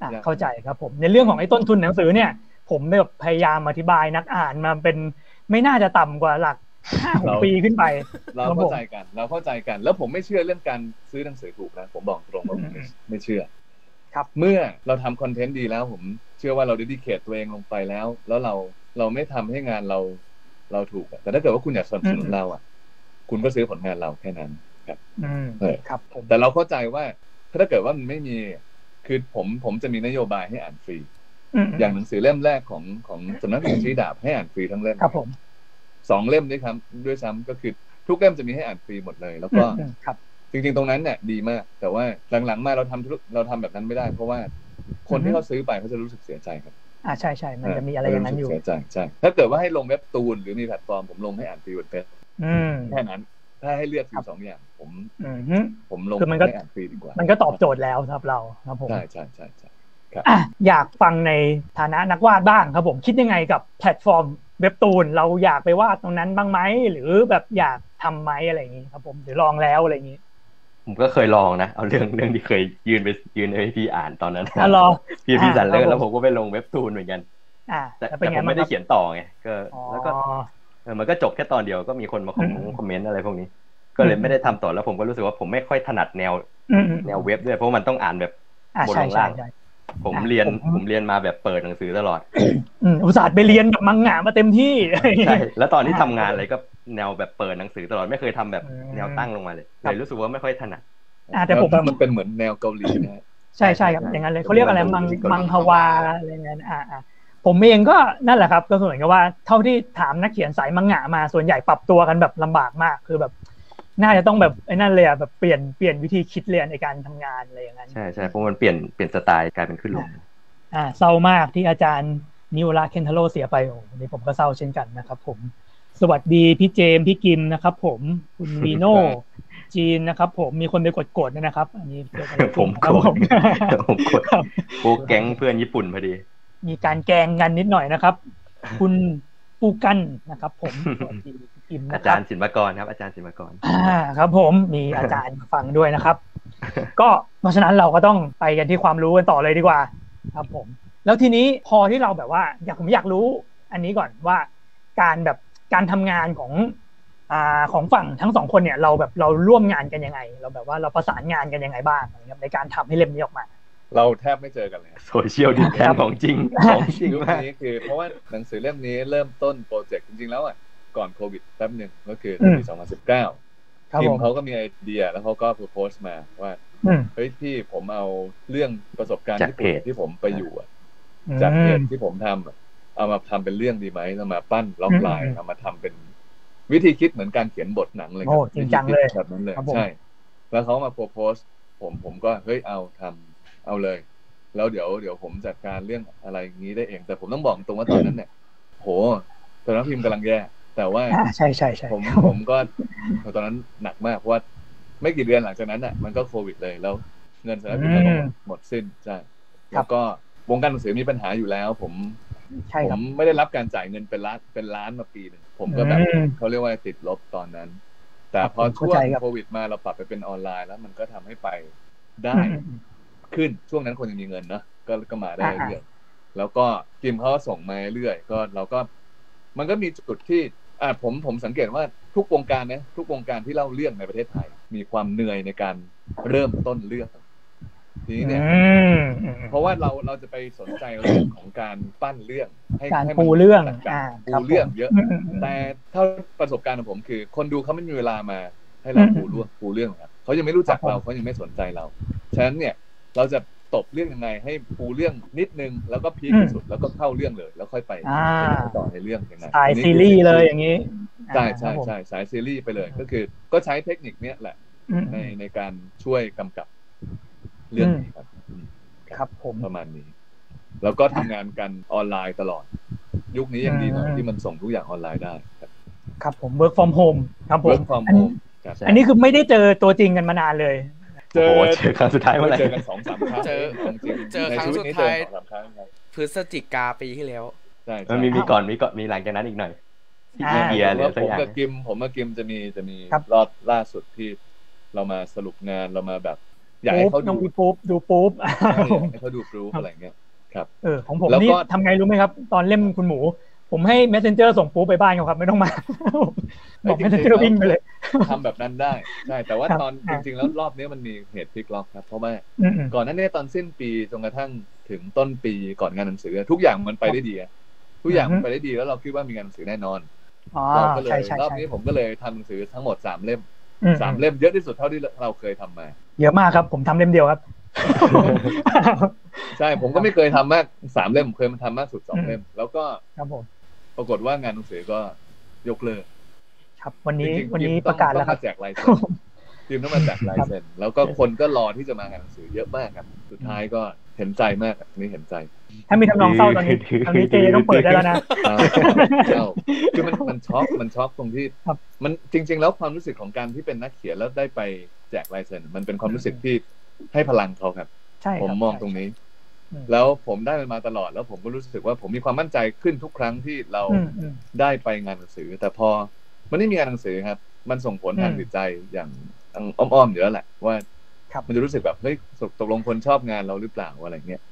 อ่ะ ยาก เข้าใจครับผม ในเรื่องของไอ้ต้นทุนหนังสือเนี่ย ผมแบบพยายามอธิบายนักอ่านมาเป็นไม่น่าจะต่ำกว่าหลักห้าหกปีขึ้นไป เราเข้าใจกัน เราเข้าใจกัน แล้วผมไม่เชื่อเรื่องการซื้อหนังสือถูกนะ ผมบอกตรงว่าผมไม่ไม่เชื่อ ครับ เมื่อเราทำคอนเทนต์ดีแล้ว ผมเชื่อว่าเราเดดิเคทตัวเองลงไปแล้ว แล้วเราเราไม่ทำให้งานเราเราถูกอะแต่ถ้าเกิดว่าคุณอยากสนับสนุนเราอ่ะ คุณก็ซื้อผลงานเราแค่นั้น อืม เออ ครับผม แต่เราเข้าใจว่าถ้าเกิดว่ามันไม่มี คือผมผมจะมีนโยบายให้อ่านฟรี ม อย่างหนังสือเล่มแรกของของสำนักพิมพ์ชี้ดาบให้อ่านฟรีทั้งเล่ม ครับผม สองเล่มด้วยครับด้วยซ้ำก็คือทุกเล่มจะมีให้อ่านฟรีหมดเลย แล้วก็ อืมครับ จริงๆ ตรงนั้นเนี่ยดีมาก แต่ว่าหลังๆ มาเราทำธุรเราทำแบบนั้นไม่ได้ เพราะว่าคน อือฮึ ที่เขาซื้อไปเขาจะรู้สึกเสียใจครับ อ่าใช่ใช่มันจะมีอะไรอย่างนั้นอยู่ เขจะรู้สึกเสียใจใช่ถ้าเกิดว่าให้ลงเว็บตูนหรือมีแพลตฟอร์มผมลงให้อ่านฟรีเว็บเพจ อืม แค่นั้น ถ้าให้เลือกอ ครั ยู่ บ สองอย่าง ผม อือฮึ ผมลง คือมันก็ ให้อ่านฟรีดีกว่า มันก็ตอบโจทย์แล้วสำหรับเราครับผม ใช่ใช่ใช่ใช่ อ่ะอยากฟังในฐานะนักวาดบ้างครับผมคิดยังไงกับแพลตฟอร์มเว็บตูนเราอยากไปวาดตรงนั้นบ้างไหมหรือแบบอยากทำไหมอะไรอย่างนี้ครับผมหรือลองแล้วอะไรอย่างนี้ ผมก็เคยลองนะ เอาเรื่องเรื่องที่เคยยืนไปยืนให้พี่อ่านตอนนั้น อ่ะลอง พี่ อ่า พี่สันเลิ ครับผมกแล้วผมก็ไปลงเว็บตูนเหมือนกัน อ่า แต่ แล้วเป็ แต่ น ผ ไง ม บ้า ไม่ งค ได้ รับ เขียนต่อไงก็ อ๋อ แล้วก็เออมันก็จบแค่ตอนเดียวก็มีคนมาคอม อืม คอมเมนต์อะไรพวกนี้ ก็เลยไม่ได้ทำต่อแล้วผมก็รู้สึกว่าผมไม่ค่อยถนัดแนว อืมอืม แนวเว็บด้วยเพราะมันต้องอ่านแบบ อ่า บน ใช่ ลง ใช่ ล่าง ใช่ ผม อ่ะ เรียน ผม ผมเรียนมาแบบเปิดหนังสือตลอด อืมอุตส่าห์ไปเรียนแบบมังงะมาเต็มที่ ใช่ แล้วตอนที่ทำงานอะไรก็แนวแบบเปิดหนังสือตลอดไม่เคยทำแบบ อืม แนวตั้งลงมาเลย ครับเลยรู้สึกว่าไม่ค่อยถนัด อ่ะแต่ผม แนวตั้งมันเป็นเหมือนแนวเกาหลีนะฮะ ใช่ใช่ครับ ใช่ อย่างนั้นเลยเขาเรียกอะไรมัง มันเป็น มังฮวาอะไรเงี้ยอ่าอ่าผมเองก็นั่นแหละครับ ก็คือเหมือนกับว่าเท่าที่ถามนักเขียนสายมังงะมาส่วนใหญ่ปรับตัวกันแบบลำบากมากคือแบบ น่าจะต้องแบบไอ้นั่นเลยอ่ะแบบเปลี่ยนเปลี่ยนวิธีคิดเรียนในการทำงานอะไรอย่างนั้น ใช่ใช่เพราะมันเปลี่ยนเปลี่ยนสไตล์กลายเป็นขึ้นลง อ่าเศร้ามากที่อาจารย์นิวราเคนทาโรเสียไปโอ้โหวันนี้ผมก็เศร้าเช่นกันนะครับผม สวัสดีพี่เจมส์พี่กิมนะครับ ผมคุณวีโน่ ครับ จีนนะครับผมมีคนไปกดกดด้วยนะครับ อันนี้เกิดอะไรขึ้น ผม ครับ กด ผม ผมกดโปรแก๊งเพื่อนญี่ปุ่นพอดี มีการแกล้งกันนิดหน่อยนะครับ คุณปูกันนะครับ ผมสวัสดีอิม อา นะครั จา บ รย์ศิลปากรครับ อาจารย์ศิลปากร อ่าครับผมมีอาจารย์ฟังด้วยนะครับ ก็เพราะฉะนั้นเราก็ต้องไปกันที่ความรู้กันต่อเลยดีกว่า ครับผม แล้วทีนี้พอที่เราแบบว่า อยากผมอยากรู้อันนี้ก่อนว่าการแบบการทำงานของอ่าของฝั่งทั้งสองคนเนี่ย เราแบบเราร่วมงานกันยังไง เราแบบว่าเราประสานงานกันยังไงบ้างอะไรเงี้ยในการทำให้เล่มนี้ออกมา เราแทบไม่เจอกันเลยฮะ โซเชียลดิสแทนของจริงของจริง ยุค มาก นี้คือ เพราะว่าหนังสือเล่มนี้เริ่มต้นโปรเจกต์จริงๆแล้วอ่ะก่อนโควิดแป๊บหนึ่งก็คือปี 2019 ครับ ที ผม ม เขาก็มีไอเดียแล้วเขาก็โพสต์มาว่า อืม เฮ้ยพี่ผมเอาเรื่องประสบการณ์ จาก ญี่ปุ่น เพจ ที่ผมไปอยู่อะ อืม จากเพจที่ผมทำอะเอามาทำเป็นเรื่องดีไหมเอามาปั้นล็อกไลน์ อืม เอามาทำเป็นวิธีคิดเหมือนการเขียนบทหนังเลยครั โอ้จริงจังเลย วิธีคิดแบบนั้นเลย ครับผม ใช่ แล้วเขามาโพสต์ผมผมก็เฮ้ยเอาทำเอาเลย แล้วเดี๋ยวเดี๋ยวผมจัดการเรื่องอะไรอย่างนี้ได้เอง แต่ผมต้องบอกตรงว่าตอนนั้นเนี่ยโหตอนนั้นพิมพ์กำลังแย่แต่ว่า อ่าใช่ใช่ใช่ ผมผมก็ตอนนั้นหนักมากเพราะว่าไม่กี่เดือนหลังจากนั้นอ่ะมันก็โควิดเลยแล้วเงินสำนักพิมพ์ก็หมดหมดสิ้นใช่แล้วก็วงการหนังสือมีปัญหาอยู่แล้ว ผม ใช่ ผ ครับ มไม่ได้รับการจ่ายเงินเป็นล้านเป็นล้านมาปีหนึ่งผมก็แบบ อืม เขาเรียกว่าติดลบตอนนั้น แต่ ครับ พอ ผมเข้า ช่ว ใจ ง ครับ โควิดมาเราปรับไปเป็นออนไลน์แล้วมันก็ทำให้ไปได้ อืมอืม ขึ้นช่วงนั้นคนยังมีเงินเนอะก็ก็มาได้ อ่าฮะ เรื่อยแล้วก็กิมเขาก็ส่งมาเรื่อยก็เราก็ มันก็มีจุดที่อ่าผมผมสังเกตว่าทุกวงการนะทุกวงการที่เล่าเรื่องในประเทศไทย มีความเหนื่อยในการเริ่มต้นเรื่องทีนี้เนี่ย อืมอืมอืม เพราะว่าเราเราจะไปสนใจเรื่องของการปั้นเรื่องให้ การ ให้มัน ปูเรื่อง จัดกา อ่าร ปู ครับ เรื่อง ผม เยอะ อืมอืมอืม แต่เท่าประสบการณ์ของผมคือ คนดูเขาไม่มีเวลามาให้เรา อืม ปูเรื่องปูเรื่องครับเขายังไม่รู้จักเราเขายังไม่สนใจเรา ฉะนั้นเนี่ยเราจะตบเรื่องยังไงให้ปูเรื่องนิดนึงแล้วก็พีคที่สุดแล้วก็เข้าเรื่องเลย แล้วค่อยไป อ่า ต่อในเรื่องยังไง สาย อันนี้ ซีรีส์เลยอย่างนี้ ใช่ อ่าครั ใช่ บผม ใช่สายซีรีส์ไปเลย ก็คือ ก็ใช้เทคนิคเนี้ยแหละ อืม ในในการช่วยกำกับเรื่องนี้ครับอืม ครับผม ประมาณนี้ แล้วก็ทำงานกันออนไลน์ตลอด ยุคนี้ยังดีหน่อยที่มันส่งทุกอย่างออนไลน์ได้ครับ ครับผม work from home ครับผม work from อัน home ครับ อันนี้คือไม่ได้เจอตัวจริงกันมานานเลย เจ โอ้ อ โหเจอครั้งสุดท้ายเมื่อไหร่ เจอกันสองสามครั้ง เจอ ของจริง เจอ ใน ครั้ง ชีวิตนี้ สุดท้าย เจอสองสามครั้งครับ พฤศจิกาปีที่แล้ว ใช่ เออมีมีก่อนมีก่อนมีหลังจากนั้นอีกหน่อยที่ อ่า อินเดียห ห รื รือ อ สัก ผม อย่าง กับกิม ผมกับกิมจะมีจะมี ครับ รอบล่าสุดที่เรามาสรุปงานเรามาแบบ อยากให้เขา น้ ดู องพี่ปุ๊บดูปุ๊บ ใช่อยากให้เขาดูรู้อะไรเงี้ย เออของผม แล้วก็ นี่ทำไงรู้ไหมครับ ตอนเล่มคุณหมู ผมให้ messenger ส่งปุ๊บไปบ้านเขาครับ ไม่ต้องมา บอก messenger วิ่งไปเลย ทำแบบนั้นได้ใช่แต่ว่า ครับ ตอนจริง ๆ แล้วรอบนี้มันมีเหตุพลิกล็อกครับ เพราะว่า อืมอืม ก่อนหนั้นเนี่ยตอนสิ้นปีจนกระทั่งถึงต้นปีก่อนงานหนังสือ ทุกอย่างมันไปได้ดีอะทุกอย่างมันไปได้ดีแล้วเราคิดว่ามีงานหนังสือแน่นอน อ๋อ เราก็เลย ใช่ใช่ รอบ ใช่ นี้ผมก็เลยทำหนังสือทั้งหมดสามเล่ม อื สามเล่มเยอะที่สุดเท่าที่เราเคยทำมา เยอะมากครับ ผมทำเล่มเดียว ครับ ใช่ผมก็ไม่เคยทำมากสามเล่มผมเคยมาทำมากสุดสองเล่ม แล้วก็ ครับผม ปรากฏว่างานหนังสือก็ยกเลิก ครับวันนี้ จริงๆ วันนี้ กิม ป ต้อง ระกาศแล้ว ต้อง ครั มา บ แจกลายเซ็น พิมพ์น้ำมันจากลายเซ็น แล้วก็คนก็รอที่จะมางานหนังสือเยอะมากครับ สุดท้ายก็เห็นใจมากอันนี่เห็น ใจ ถ้ามีทำนอง เศร้าตอนนี้ทางนี้เจต้องเปิดได้แล้วนะ เอาเอาคือมันมันช็อกมันช็อกตรงที่ ครับ มันจริง ๆ แล้วความรู้สึกของการที่เป็นนักเขียนแล้วได้ไปแจกลายเซ็นมันเป็นความรู้สึกที่ให้พลังเขาครับ ใช่ค ผ รับ มมองตรงนี้ อืม แล้วผมได้มันมาตลอดแล้วผมก็รู้สึกว่าผมมีความมั่นใจขึ้นทุกครั้งที่เรา อืมอืม ได้ไปงานหนังสือ แต่พอมันไม่มีงานหนังสือครับ มันส่งผลทาง อืม จิตใจอย่างอ้อมๆอยู่แล้วแหละว่า ครับ มันจะรู้สึกแบบเฮ้ยตกตกลงคนชอบงานเราหรือเปล่าอะไรเงี้ย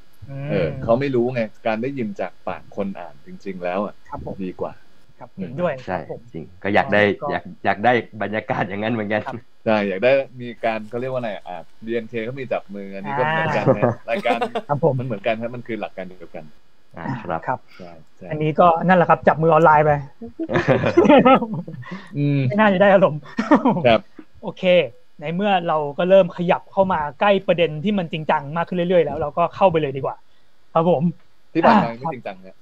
เออ ม เขาไม่รู้ไงการได้ยินจากปากคนอ่านจริง ๆ แล้วอ่ะ ครับผม ดีกว่า ครับเห็นด้วยค ใช่ รับผม จริงก็อยากได้ ก็ อยากอยากได้บรรยากาศอย่างนั้นเหมือนกัน ครับ ใช่อยากได้มีการเขาเรียกว่าอะไรอ่ะดีเอ็นเคเขามีจับมืออันนี้ก็เหมือนกันนะรายการ ครับผม มันเหมือนกันครับมันคือหลักการเดียวกัน อ่าครับ ครับ ใช่ใช่ อันนี้ก็นั่นแหละครับ จับมือออนไลน์ ไป อืม ไม่น่าจะได้อารมณ์ ครับ โอเค ในเมื่อเราก็เริ่มขยับเข้ามาใกล้ประเด็นที่มันจริงจังมากขึ้นเรื่อยๆ แล้วเราก็เข้าไปเลยดีกว่า ครับ ผม ที่ผ่านมา อ่า ไม่จริงจังเนี่ย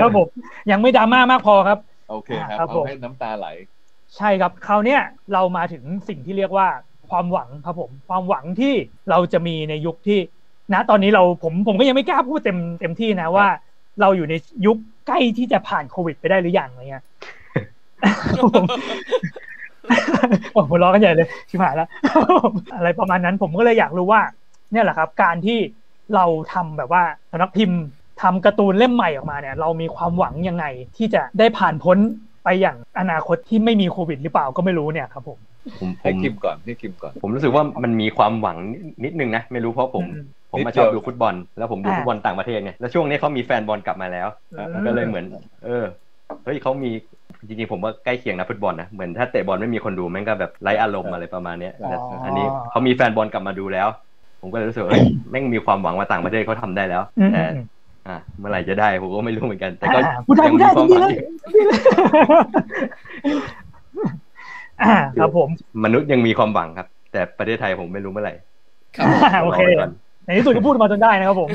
ครับผมยังไม่ดราม่ามากพอครับ โอเคครับ ครับ เอา ผม ให้น้ำตาไหล ใช่ครับคราวเนี้ยเรามาถึงสิ่งที่เรียกว่าความหวังครับผม ความหวังที่เราจะมีในยุคที่นะตอนนี้เราผมผมก็ยังไม่กล้าพูดเต็มเต็มที่นะว่า เราอยู่ในยุคใกล้ที่จะผ่านโควิดไปได้หรือยังอะไรเงี้ยครับผม โอ้โหหัวเร้อกันใหญ่เลยชิบหายแล้ว อะไรประมาณนั้นผมก็เลยอยากรู้ว่า เนี่ยแหละครับ การที่เราทำแบบว่าสำนักพิมพ์ทำการ์ตูนเล่มใหม่ออกมาเนี่ย เรามีความหวังยังไงที่จะได้ผ่านพ้นไปอย่างอนาคตที่ไม่มีโควิดหรือเปล่าก็ไม่รู้เนี่ยครับผม ผมผ ให้ ม คิมก่อน ให้คิมก่อน ผมรู้สึกว่ามันมีความหวังนิดนึงนะ ไม่รู้เพราะผม อืม ผม นิ มา ด ชอบ เดี ดู ยว ฟุตบอล แล้วผมดู อ่า ฟุตบอลต่างประเทศไงแล้วช่วงนี้เขามีแฟนบอลกลับมาแล้ว อืม ก็เลยเหมือน เออ เฮ้ยเขามีจริงๆผมว่าใกล้เคียงนะฟุตบอลนะ เหมือนถ้าเตะบอลไม่มีคนดูแม่งก็แบบไร้อารมณ์อะไรประมาณเนี้ยแต่ อ๋ออั อันนี้เขามีแฟนบอลกลับมาดูแล้ว ผมก็เลยรู้สึกว่าเฮ้ยแม่งมีความหวังว่าต่างประเทศเขาทำได้แล้ว อืม แต่ อืม อ่ะเมื่อไหร่จะได้ผมก็ไม่รู้เหมือนกัน แต่ก็ อ่าพูดได้ ยัง พูด มี ได้ตรงนี้เลยความหวังอยู่ อ่าครับผม มนุษย์ยังมีความหวังครับ แต่ประเทศไทยผมไม่รู้เมื่อไหร่ ครับผม โอเค รไว้ก่น ในที่สุดก็พูดมาจนได้นะครับผม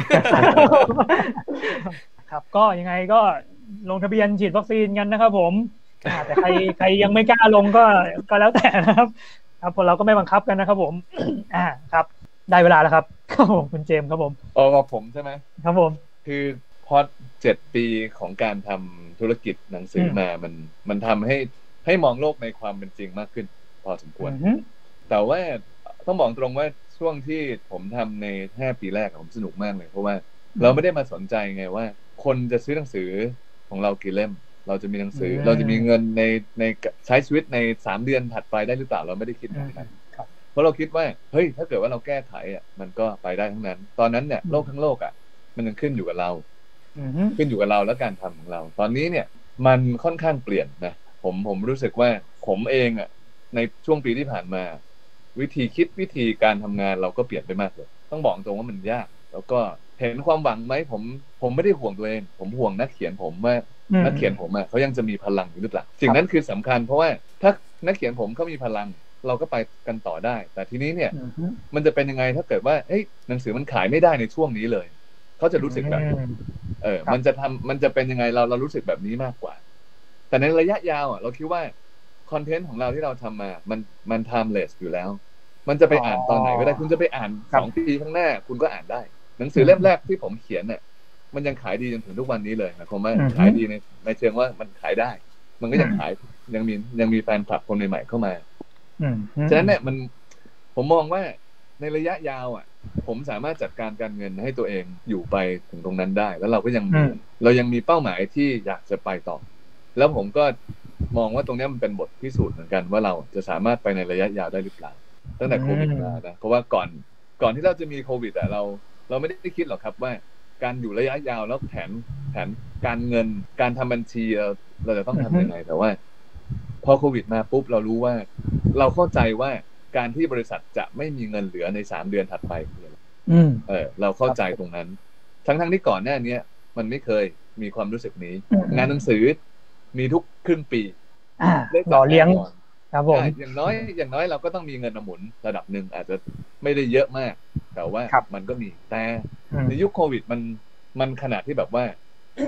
ครับ ก็ยังไงก็ลงทะเบียนฉีดวัคซีนกันนะครับผมอ่าแต่ใครใครยังไม่กล้าลงก็ก็แล้วแต่นะครับ ครับพวกเราก็ไม่บังคับกันนะครับผม อ่าครับ ได้เวลาแล้วครับครับผมคุณเจมส์ครับผม เอากับผมใช่ไหม ครับผม คือพอเจ็ดปีของการทำธุรกิจหนังสือ ม มา มัน มันทำให้ ให้มองโลกในความเป็นจริงมากขึ้น พอสมควร อืม แต่ว่าต้องบอกตรงว่าช่วงที่ผมทำในห้าปีแรกอะผมสนุกมากเลย เพราะว่า อืม เราไม่ได้มาสนใจไงว่า คนจะซื้อหนังสือของเรากี่เล่ม เราจะมีหนังสือ อืม เราจะมีเงินในในใช้ชีวิตในสามเดือนถัดไปได้หรือเปล่าเราไม่ได้คิดแบบนั้น ครับ เพราะเราคิดว่าเฮ้ยถ้าเกิดว่าเราแก้ไขอ่ะมันก็ไปได้ทั้งนั้น ตอนนั้นเนี่ย อืม โลกทั้งโลกอ่ะมันยังขึ้นอยู่กับเรา อืม ขึ้นอยู่กับเราและการทำของเรา ตอนนี้เนี่ยมันค่อนข้างเปลี่ยนนะผมผมรู้สึกว่าผมเองอะ่ะในช่วงปีที่ผ่านมา วิธีคิดวิธีการทำงานเราก็เปลี่ยนไปมากเลย ต้องบอกตรงว่ามันยาก แล้วก็เห็นความหวังไหมผมผมไม่ได้ห่วงตัวเอง ผมห่วงนักเขียนผมว่า อืม นักเขียนผมอะ่ะเขายังจะมีพลังอยู่หรือเปล่าสิ่งนั้นคือสำคัญ เพราะว่าถ้านักเขียนผมเขามีพลัง เราก็ไปกันต่อได้ แต่ทีนี้เนี่ย มันจะเป็นยังไงถ้าเกิดว่าเอ้ยหนังสือมันขายไม่ได้ในช่วงนี้เลยเขาจะรู้สึกแบบนี้ เออ ครับ มันจะทำมันจะเป็นยังไงเราเรารู้สึกแบบนี้มากกว่า แต่ในระยะยาวอ่ะเราคิดว่าคอนเทนต์ของเราที่เราทำมา มันมัน timeless อยู่แล้ว มันจะไปอ่านตอนไหนก็ได้ คุณจะไปอ่าน ครั ส บ องปีข้างหน้า คุณก็อ่านได้ หนังสือเล่มแรกที่ผมเขียนเนี่ยมันยังขายดีจนถึงทุกวันนี้เลยหมายความว่า อือฮึ ขายดีในในเชิงว่ามันขายได้ มันก็ยัง อืม ขายยังมียังมีแฟนคลับคนใหม่ๆเข้ามา อืม ฉะนั้นเนี่ยมันผมมองว่าในระยะยาวอ่ะ ผมสามารถจัดการการเงินให้ตัวเองอยู่ไปถึงตรงนั้นได้ แล้วเราก็ยัง อื มี ม เรายังมีเป้าหมายที่อยากจะไปต่อ แล้วผมก็มองว่าตรงเนี้ยมันเป็นบทพิสูจน์เหมือนกันว่าเราจะสามารถไปในระยะยาวได้หรือเปล่า ตั้งแต่โควิด อืม มานะเพราะว่าก่อนก่อนที่เราจะมีโควิดอ่ะเรา เราไม่ได้คิดหรอกครับว่า การอยู่ระยะยาวแล้วแผนแผนการเงินการทำบัญชีเราเราจะต้องทำยังไงแต่ว่า พอโควิดมาปุ๊บเรารู้ว่า เราเข้าใจว่าการที่บริษัทจะไม่มีเงินเหลือในสามเดือนถัดไปคืออะไร อืม เออ เราเข้าใจตรงนั้น ทั้งทั้งๆที่ก่อนหน้าเนี้ยมันไม่เคยมีความรู้สึกนี้ อืม งานหนังสือมีทุกครึ่งปี อ่า ได้ หล่อเลี้ยง แน่นอน ครับผม ใช่อย่างน้อยอย่างน้อยเราก็ต้องมีเงินหมุนระดับหนึ่งอาจจะไม่ได้เยอะมาก แต่ว่า ครับ มันก็มีแต่ อืม ในยุคโควิดมันมันขนาดที่แบบว่า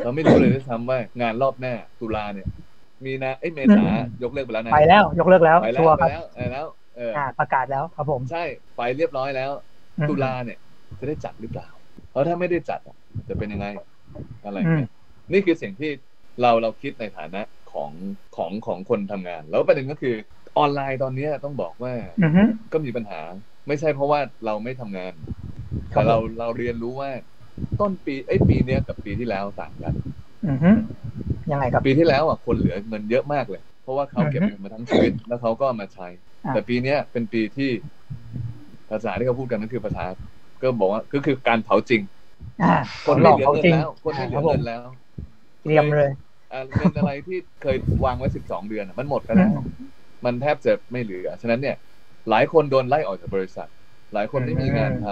เราไม่รู้เลยด้วยซ้ำว่างานรอบหน้าตุลาเนี่ย มีนาเอ้ยเมษายกเลิกไปแล้วนะ ไปแล้วยกเลิกแล้ว ไปแล้ ชั ว วร์ ไป ครับ แล้วไปแล้วเอ เอออ อ่าประกาศแล้วครับผม ใช่ไปเรียบร้อยแล้ว อืม ตุลาเนี่ยจะได้จัดหรือเปล่า เพราะถ้าไม่ได้จัดอะจะเป็นยังไงอะไรอย่างเงี้ยนี่คือสิ่งที่เราเราคิดในฐานะของของของคนทำงาน แล้วประเด็นก็คือออนไลน์ตอนเนี้ยต้องบอกว่า อือฮึ ก็มีปัญหา ไม่ใช่เพราะว่าเราไม่ทำงาน ครับผมแต่เราเราเรียนรู้ว่าต้นปีไอ้ยปีเนี้ยกับปีที่แล้วต่างกัน อือฮึยังไงครับ ปีที่แล้วอ่ะคนเหลือเงินเยอะมากเลย เพราะว่าเขาเก็บเงินมาทั้งชีวิตแล้วเขาก็เอามาใช้ อ่ะ แต่ปีเนี้ยเป็นปีที่ภาษาที่เขาพูดกันก็คือภาษาก็บอกว่าก็คือการเผาจริง อ่า ค ผ น ลหล ไม่ อก เหลือ เขาจริงเงินแล้วคนไม่เหลือเงินแล้ว เตรียมเลย อ่ะเงินอะไรที่เคยวางไว้สิบสองเดือนอ่ะมันหมดไปแล้ว อืม มันแทบจะไม่เหลือ ฉะนั้นเนี่ย หลายคนโดนไล่ออกจากบริษัท หลายคนไม่มีงานท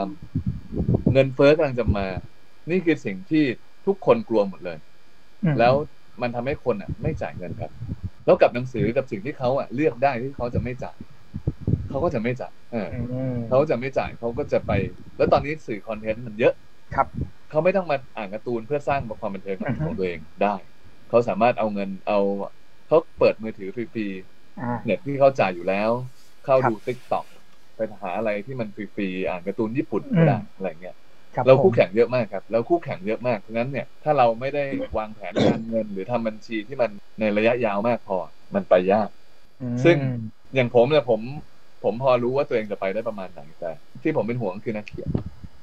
ำเงินเฟ้อกำลังจะมา นี่คือสิ่งที่ทุกคนกลัวหมดเลย อืม แล้วมันทำให้คนอ่ะ ไม่จ่ายเงินครับ แล้วกับหนังสือกับสิ่งที่เขาอ่ะเลือกได้ที่เขาจะไม่จ่ายเขาก็จะไม่จ่ายเออ อืม เขาจะไม่จ่ายเขาก็จะไป แล้วตอนนี้สื่อคอนเทนต์มันเยอะ ครับ เขาไม่ต้องมาอ่านการ์ตูนเพื่อสร้างความบันเทิง อือฮึ ของตัวเองได้ เขาสามารถเอาเงินเอาเขาเปิดมือถือฟรี อ่า ๆเน็ตที่เขาจ่ายอยู่แล้ว เข้าดูติ๊กต็อกไปหาอะไรที่มันฟรีๆอ่านการ์ตูนญี่ปุ่นก็ได้ อืม อะไรเงี้ย ครับ เรา ผ คู่ ม แข่งเยอะมากครับเราคู่แข่งเยอะมากฉะนั้นเนี่ยถ้าเราไม่ได้วางแผนการเงิน หรือทำบัญชีที่มันในระยะยาวมากพอมันไปยาก ซึ่ง อืม อย่างผมเนี่ยผมผมพอรู้ว่าตัวเองจะไปได้ประมาณไหนแต่ที่ผมเป็นห่วงคือนักเขียน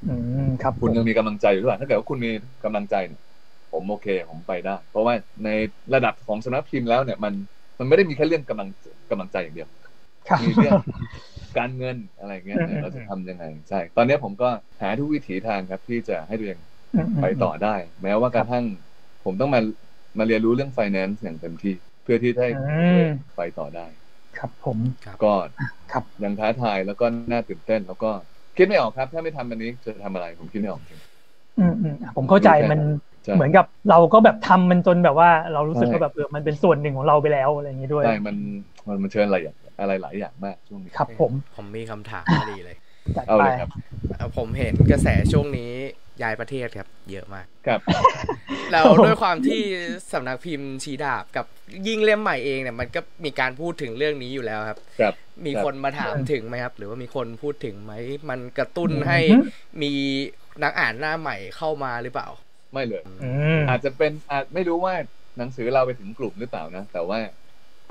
อืมครับ คุณยังมีกำลังใจอยู่หรือเปล่าถ้าเกิดว่าคุณมีกำลังใจเนี่ยผมโอเคผมไปได้ เพราะว่าในระดับของสำนักพิมพ์แล้วเนี่ยมันมันไม่ได้มีแค่เรื่องกำลังกำลังใจอย่างเดียว ครับ มีเรื่อง การเงินอะไรเงี้ย อืม เออเราจะทำยังไงใช่ตอนนี้ผมก็หาทุกวิถีทางครับที่จะให้ตัวเอง อืม ไปต่อได้ แม้ว่ากระทั่งผมต้องมามาเรียนรู้เรื่อง finance อย่างเต็มที่ เพื่อที่จะให้ อืม ไปต่อได้ ครับผม ก็ ครับ ยังท้าทายแล้วก็น่าตื่นเต้น แล้วก็คิดไม่ออกครับ ถ้าไม่ทำอันนี้จะทำอะไรผมคิดไม่ออกจริง อืมอืมผมเข้าใจมัน ใช่ เหมือนกับเราก็แบบทำมันจนแบบว่า เรารู้สึกว่าแบบเออมันเป็นส่วนหนึ่งของเราไปแล้วอะไรอย่างนี้ด้วย ใช่มันมันมันเชิญอะไรอย่างอะไรหลายอย่างมากช่วงนี้ ครับผม ผมมีคำถามพอดีเลย จัด เอา ไป เลยครับ เอ่อผมเห็นกระแสช่วงนี้ย้ายประเทศครับ เยอะมาก ครับ แล้วด้วยความที่สำนักพิมพ์ชีดาบกับยิ่งเล่มใหม่เองเนี่ยมันก็มีการพูดถึงเรื่องนี้อยู่แล้วครับ ครับ มี ครับ คนมาถามถึงไหมครับ หรือว่ามีคนพูดถึงไหม มันกระตุ้น อืม ให้มีนักอ่านหน้าใหม่เข้ามาหรือเปล่า ไม่เลย อืม อาจจะเป็นอาจไม่รู้ว่าหนังสือเราไปถึงกลุ่มหรือเปล่านะ แต่ว่า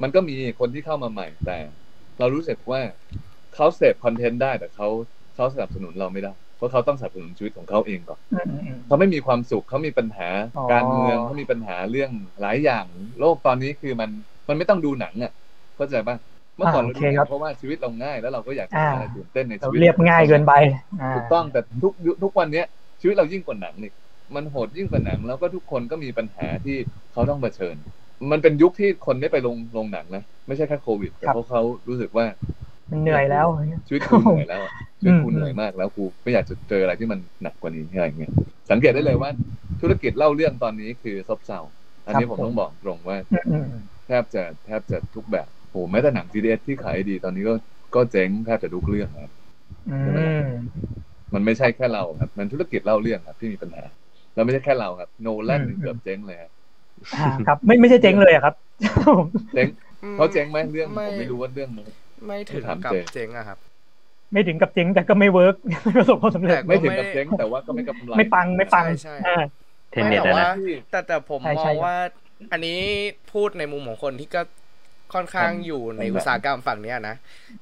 มันก็มีคนที่เข้ามาใหม่แต่ เรารู้สึกว่าเขาเสพคอนเทนต์ได้แต่เขาเขาสนับสนุนเราไม่ได้ เพราะเขาต้องสนับสนุนชีวิตของเขาเองก่อน อืมอืมอืม เขาไม่มีความสุขเขามีปัญหา อ๋อ การเมืองเขามีปัญหาเรื่องหลายอย่าง โลกตอนนี้คือมันมันไม่ต้องดูหนังอ่ะเข้าใจป่ะเมื่อก่อนเรา อ่าโอ ดู เค ห ครั นั บ งเพราะว่าชีวิตเราง่ายแล้วเราก็อยากจะมี อ่า อะไรตื่นเต้นใน เรา ชีวิต เรียบง่ายเกินไปา ถูกต้องแต่ทุกยุคทุกวันเนี้ยชีวิตเรายิ่งกว่าหนังนี่มันโหดยิ่งกว่าหนัง แล้วก็ทุกคนก็มีปัญหาที่เขาต้องเผชิญ มันเป็นยุคที่คนไม่ไปลงลงหนังนะไม่ใช่แค่โควิดแต่ ครับ เพราะเขารู้สึกว่า มันเหนื่อยแล้ว ชีวิตกูเหนื่อยแล้วอะชีวิตกู อืม เหนื่อยมากแล้วกูไม่อยากจะเจออะไรที่มันหนักกว่านี้อะไรอย่างเงี้ยสังเกตได้เลยว่าธุรกิจเล่าเรื่องตอนนี้คือซบเซาอันนี้ผมต้องบอกตรงว่า อืมอืม แทบจะแทบจะทุกแบบโหแม้แต่หนัง GDS ที่ขายดีตอนนี้ก็ก็เจ๊งแทบจะทุกเรื่องครับ อืม มันไม่ใช่แค่เราครับ มันธุรกิจเล่าเรื่องครับที่มีปัญหา แล้วไม่ใช่แค่เราครับ โนแลน อืม เกือบเจ๊งเลยครับ อ่าครับ ไม่ไม่ใช่เจ๊งเลยอะครับ เจ๊ง อืม เขาเจ๊งไหมเรื่องผ ไม่ มไม่รู้ว่าเรื่องนี้ ไม่ถึง ถาม กับ เจ เจ๊งอะครับ ไม่ถึงกับเจ๊งแต่ก็ไม่เวิร์ก ไม่ประสบความสำเร็จ แต่ ไม่ถึงกับเจ๊งแต่ว่าก็ไม่กำไร ไม่ปังไม่ปัง ใช่ใช่ อ่า เทนเน็ต ไม่แต่ อะ ว่า นะ แต่แต่ผม ใช่ ม ใช่คองรับ ว่า อันนี้พูดในมุมของคนที่ก็ค่อนข้างอยู่ในอุตสาหกรรมฝั่งเนี้ยนะ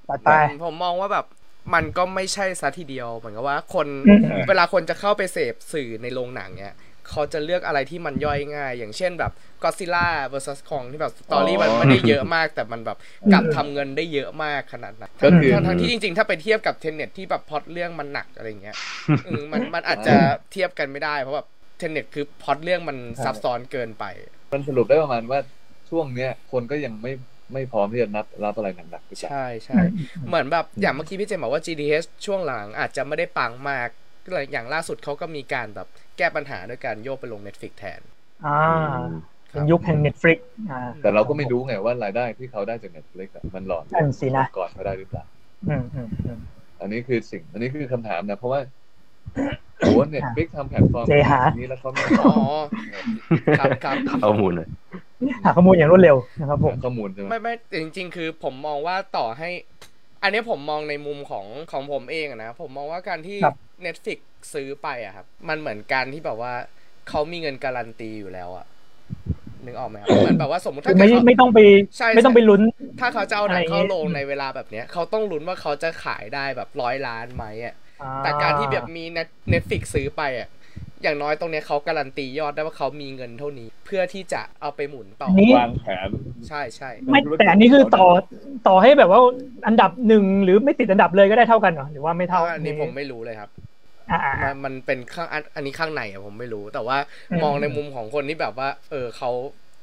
ตัดไป ผมมองว่าแบบมันก็ไม่ใช่ซะทีเดียว เหมือนกับว่าคน อืม เวลาคนจะเข้าไปเสพสื่อในโรงหนังเนี่ยเขาจะเลือกอะไรที่มันย่อยง่าย อย่างเช่นแบบก็ซิล่า vs คองที่แบบสตอรี่มันไม่ได้เยอะมาก แต่มันแบบกลับทำเงินได้เยอะมากขนาดนั้น ก็คือ ทั้งๆที่จริงๆ ถ้าไปเทียบกับเทนเน็ตที่แบบพล็อดเรื่องมันหนักอะไร เงี้ยเออมันมันอาจจะเทียบกันไม่ได้เพราะแบบเทนเน็ตคือพล็อดเรื่องมันซับซ้อนเกินไป มันสรุปได้ประมาณว่าช่วงเนี้ยคนก็ยังไม่ไม่พร้อมที่จะนับรับอะไรหนักๆไปจ้ะ ใช่ใช่ เหมือนแบบอย่างเมื่อกี้พี่เจมบอกว่า GDH ช่วงหลังอาจจะไม่ได้ปังมากก็เลยอย่างล่าสุดเขาก็มีการแบบแก้ปัญหาด้วยการโยกไปลง Netflix แทน อ่าเป็นยุคแห่งเน็ตฟลิกอ่า แต่เราก็ไม่รู้ไงว่ารายได้ที่เขาได้จากเน็ตเล็กมันหลอด นั่นสินะ ก่อนเขาได้หรือเปล่า อืมอืมอืม อันนี้คือสิ่ง อันนี้คือคำถามนะ เพราะว่าโอ้เน็ตฟิกทำแพลตฟอร์ม เจหา นี้แล้วเขาไม่ อ๋อ ครับครับ ข้อมูลเลย หาข้อมูลอย่างรวดเร็วนะครับผม ข้อมูลใช่ไหม ไม่ไม่จริง ๆ คือผมมองว่าต่อให้ อันนี้ผมมองในมุมของของผมเองอะนะ ผมมองว่าการที่ ครับ Netflix ซื้อไปอะครับ มันเหมือนการที่แบบว่าเขามีเงินการันตีอยู่แล้วอะนึกออกไหมครับเหมือนแบบว่าสมมติ คื ถ้า อไม่ เกิดเขา ไม่ต้องไป ใช่ ไม่ต้องไปลุ้น ถ้าเขาจะเอาหนังอะไรอย่างเข้าเงี้ย โรงในเวลาแบบเนี้ยเขาต้องลุ้นว่าเขาจะขายได้แบบร้อยล้านไหมอะ อ่ แต่การที่แบบมีเน็ตฟิกซื้อไปอะอย่างน้อยตรงเนี้ยเขาการันตียอดได้ว่าเขามีเงินเท่านี้ เพื่อที่จะเอาไปหมุนต่อ อันนี้ วางแผน ใช่ใช่ ไม่แต่อันนี้คือต่อต่อให้แบบว่าอันดับหนึ่งหรือไม่ติดอันดับเลยก็ได้เท่ากันเหรอหรือว่าไม่เท่า อันนี้ผมไม่รู้เลยครับ อ่าอ่า มั อ่า นมันเป็นข้างอันอันนี้ข้างในอะผมไม่รู้ แต่ว่า อืม มองในมุมของคนที่แบบว่า เออเขา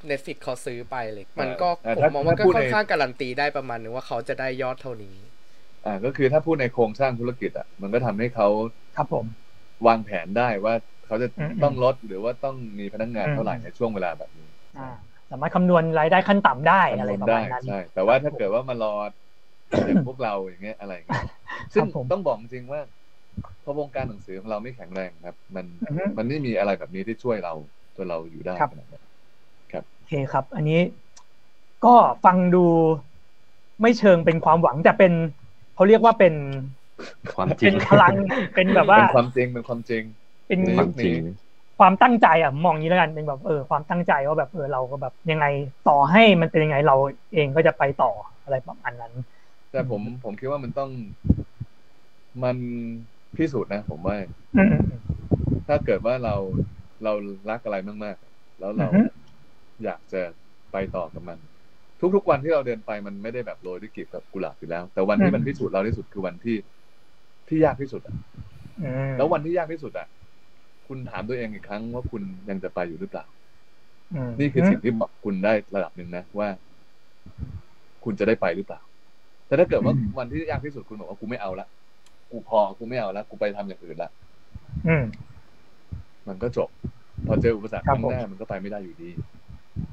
เน็ตฟิกเขาซื้อไปเลย มันก็ เออ ผม ถ้าม องว่าก็ ถ้าพูด ค่อน ใน ข้างการันตีได้ประมาณนึงว่าเขาจะได้ยอดเท่านี้ อ่าก็คือถ้าพูดในโครงสร้างธุรกิจอ่ะมันก็ทำให้เขา ครับผม วางแผนได้ว่าเขาจะ อืม ต้องลดหรือว่าต้องมีพนักงาน อืม เท่าไหร่ในช่วงเวลาแบบนี้ อ่าสามารถคำนวณรายได้ขั้นต่ำได้อะไรป ทำ ระ ได้ มาณนั้น ใช่ แต่ว่าถ้าเกิดว่ามารออย่างพวกเราอย่างเงี้ยอะไรอย่าง เงี้ยซึ่ง ผม ต้องบอกจริงว่าพอวงการหนังสือของเราไม่แข็งแรงครับ มัน อือฮึ มันไม่มีอะไรแบบนี้ที่ช่วยเราตัวเราอยู่ได้ ครับ ขนาดนั้น โอเคครับ อันนี้ก็ฟังดูไม่เชิงเป็นความหวังแต่เป็นเขาเรียกว่าเป็น ความจริ เป็ ง นพลั งเป็นแบบว่า เป็นความจริงเป็นความจริง เป็น จริ ความจริง ความตั้งใจอ่ะมองอย่างนี้แล้วกันเป็นแบบเออความตั้งใจว่าแบบเออเราก็แบบยังไงต่อให้มันเป็นยังไงเราเองก็จะไปต่ออะไรประมาณนั้น แต่ผมผมคิดว่ามันต้อง มันพิสูจน์นะ ผมว่า อืม ถ้าเกิดว่าเราเรารักอะไรมากๆ แล้วเรา อือฮึ อยากจะไปต่อกับมัน ทุกๆวันที่เราเดินไปมันไม่ได้แบบโรยด้วยกลีบกับกุหลาบอยู่แล้ว แต่วันที่มันพิสูจน์เราที่สุดคือวันที่ที่ยากที่สุดอะ อืม แล้ววันที่ยากที่สุดอะคุณถามตัวเองอีกครั้งว่าคุณยังจะไปอยู่หรือเปล่า ม นี่คือสิ่งที่บอกคุณได้ระดับหนึ่งนะว่า คุณจะได้ไปหรือเปล่า แต่ถ้าเกิดว่าวันที่ยากที่สุดคุณบอกว่ากูไม่เอาละกูพอกูไม่เอาละกูไปทำอย่างอื่นละ อืม มันก็จบ พอเจออุปสรรค ครับ ข้างหน้ามันก็ไปไม่ได้อยู่ดี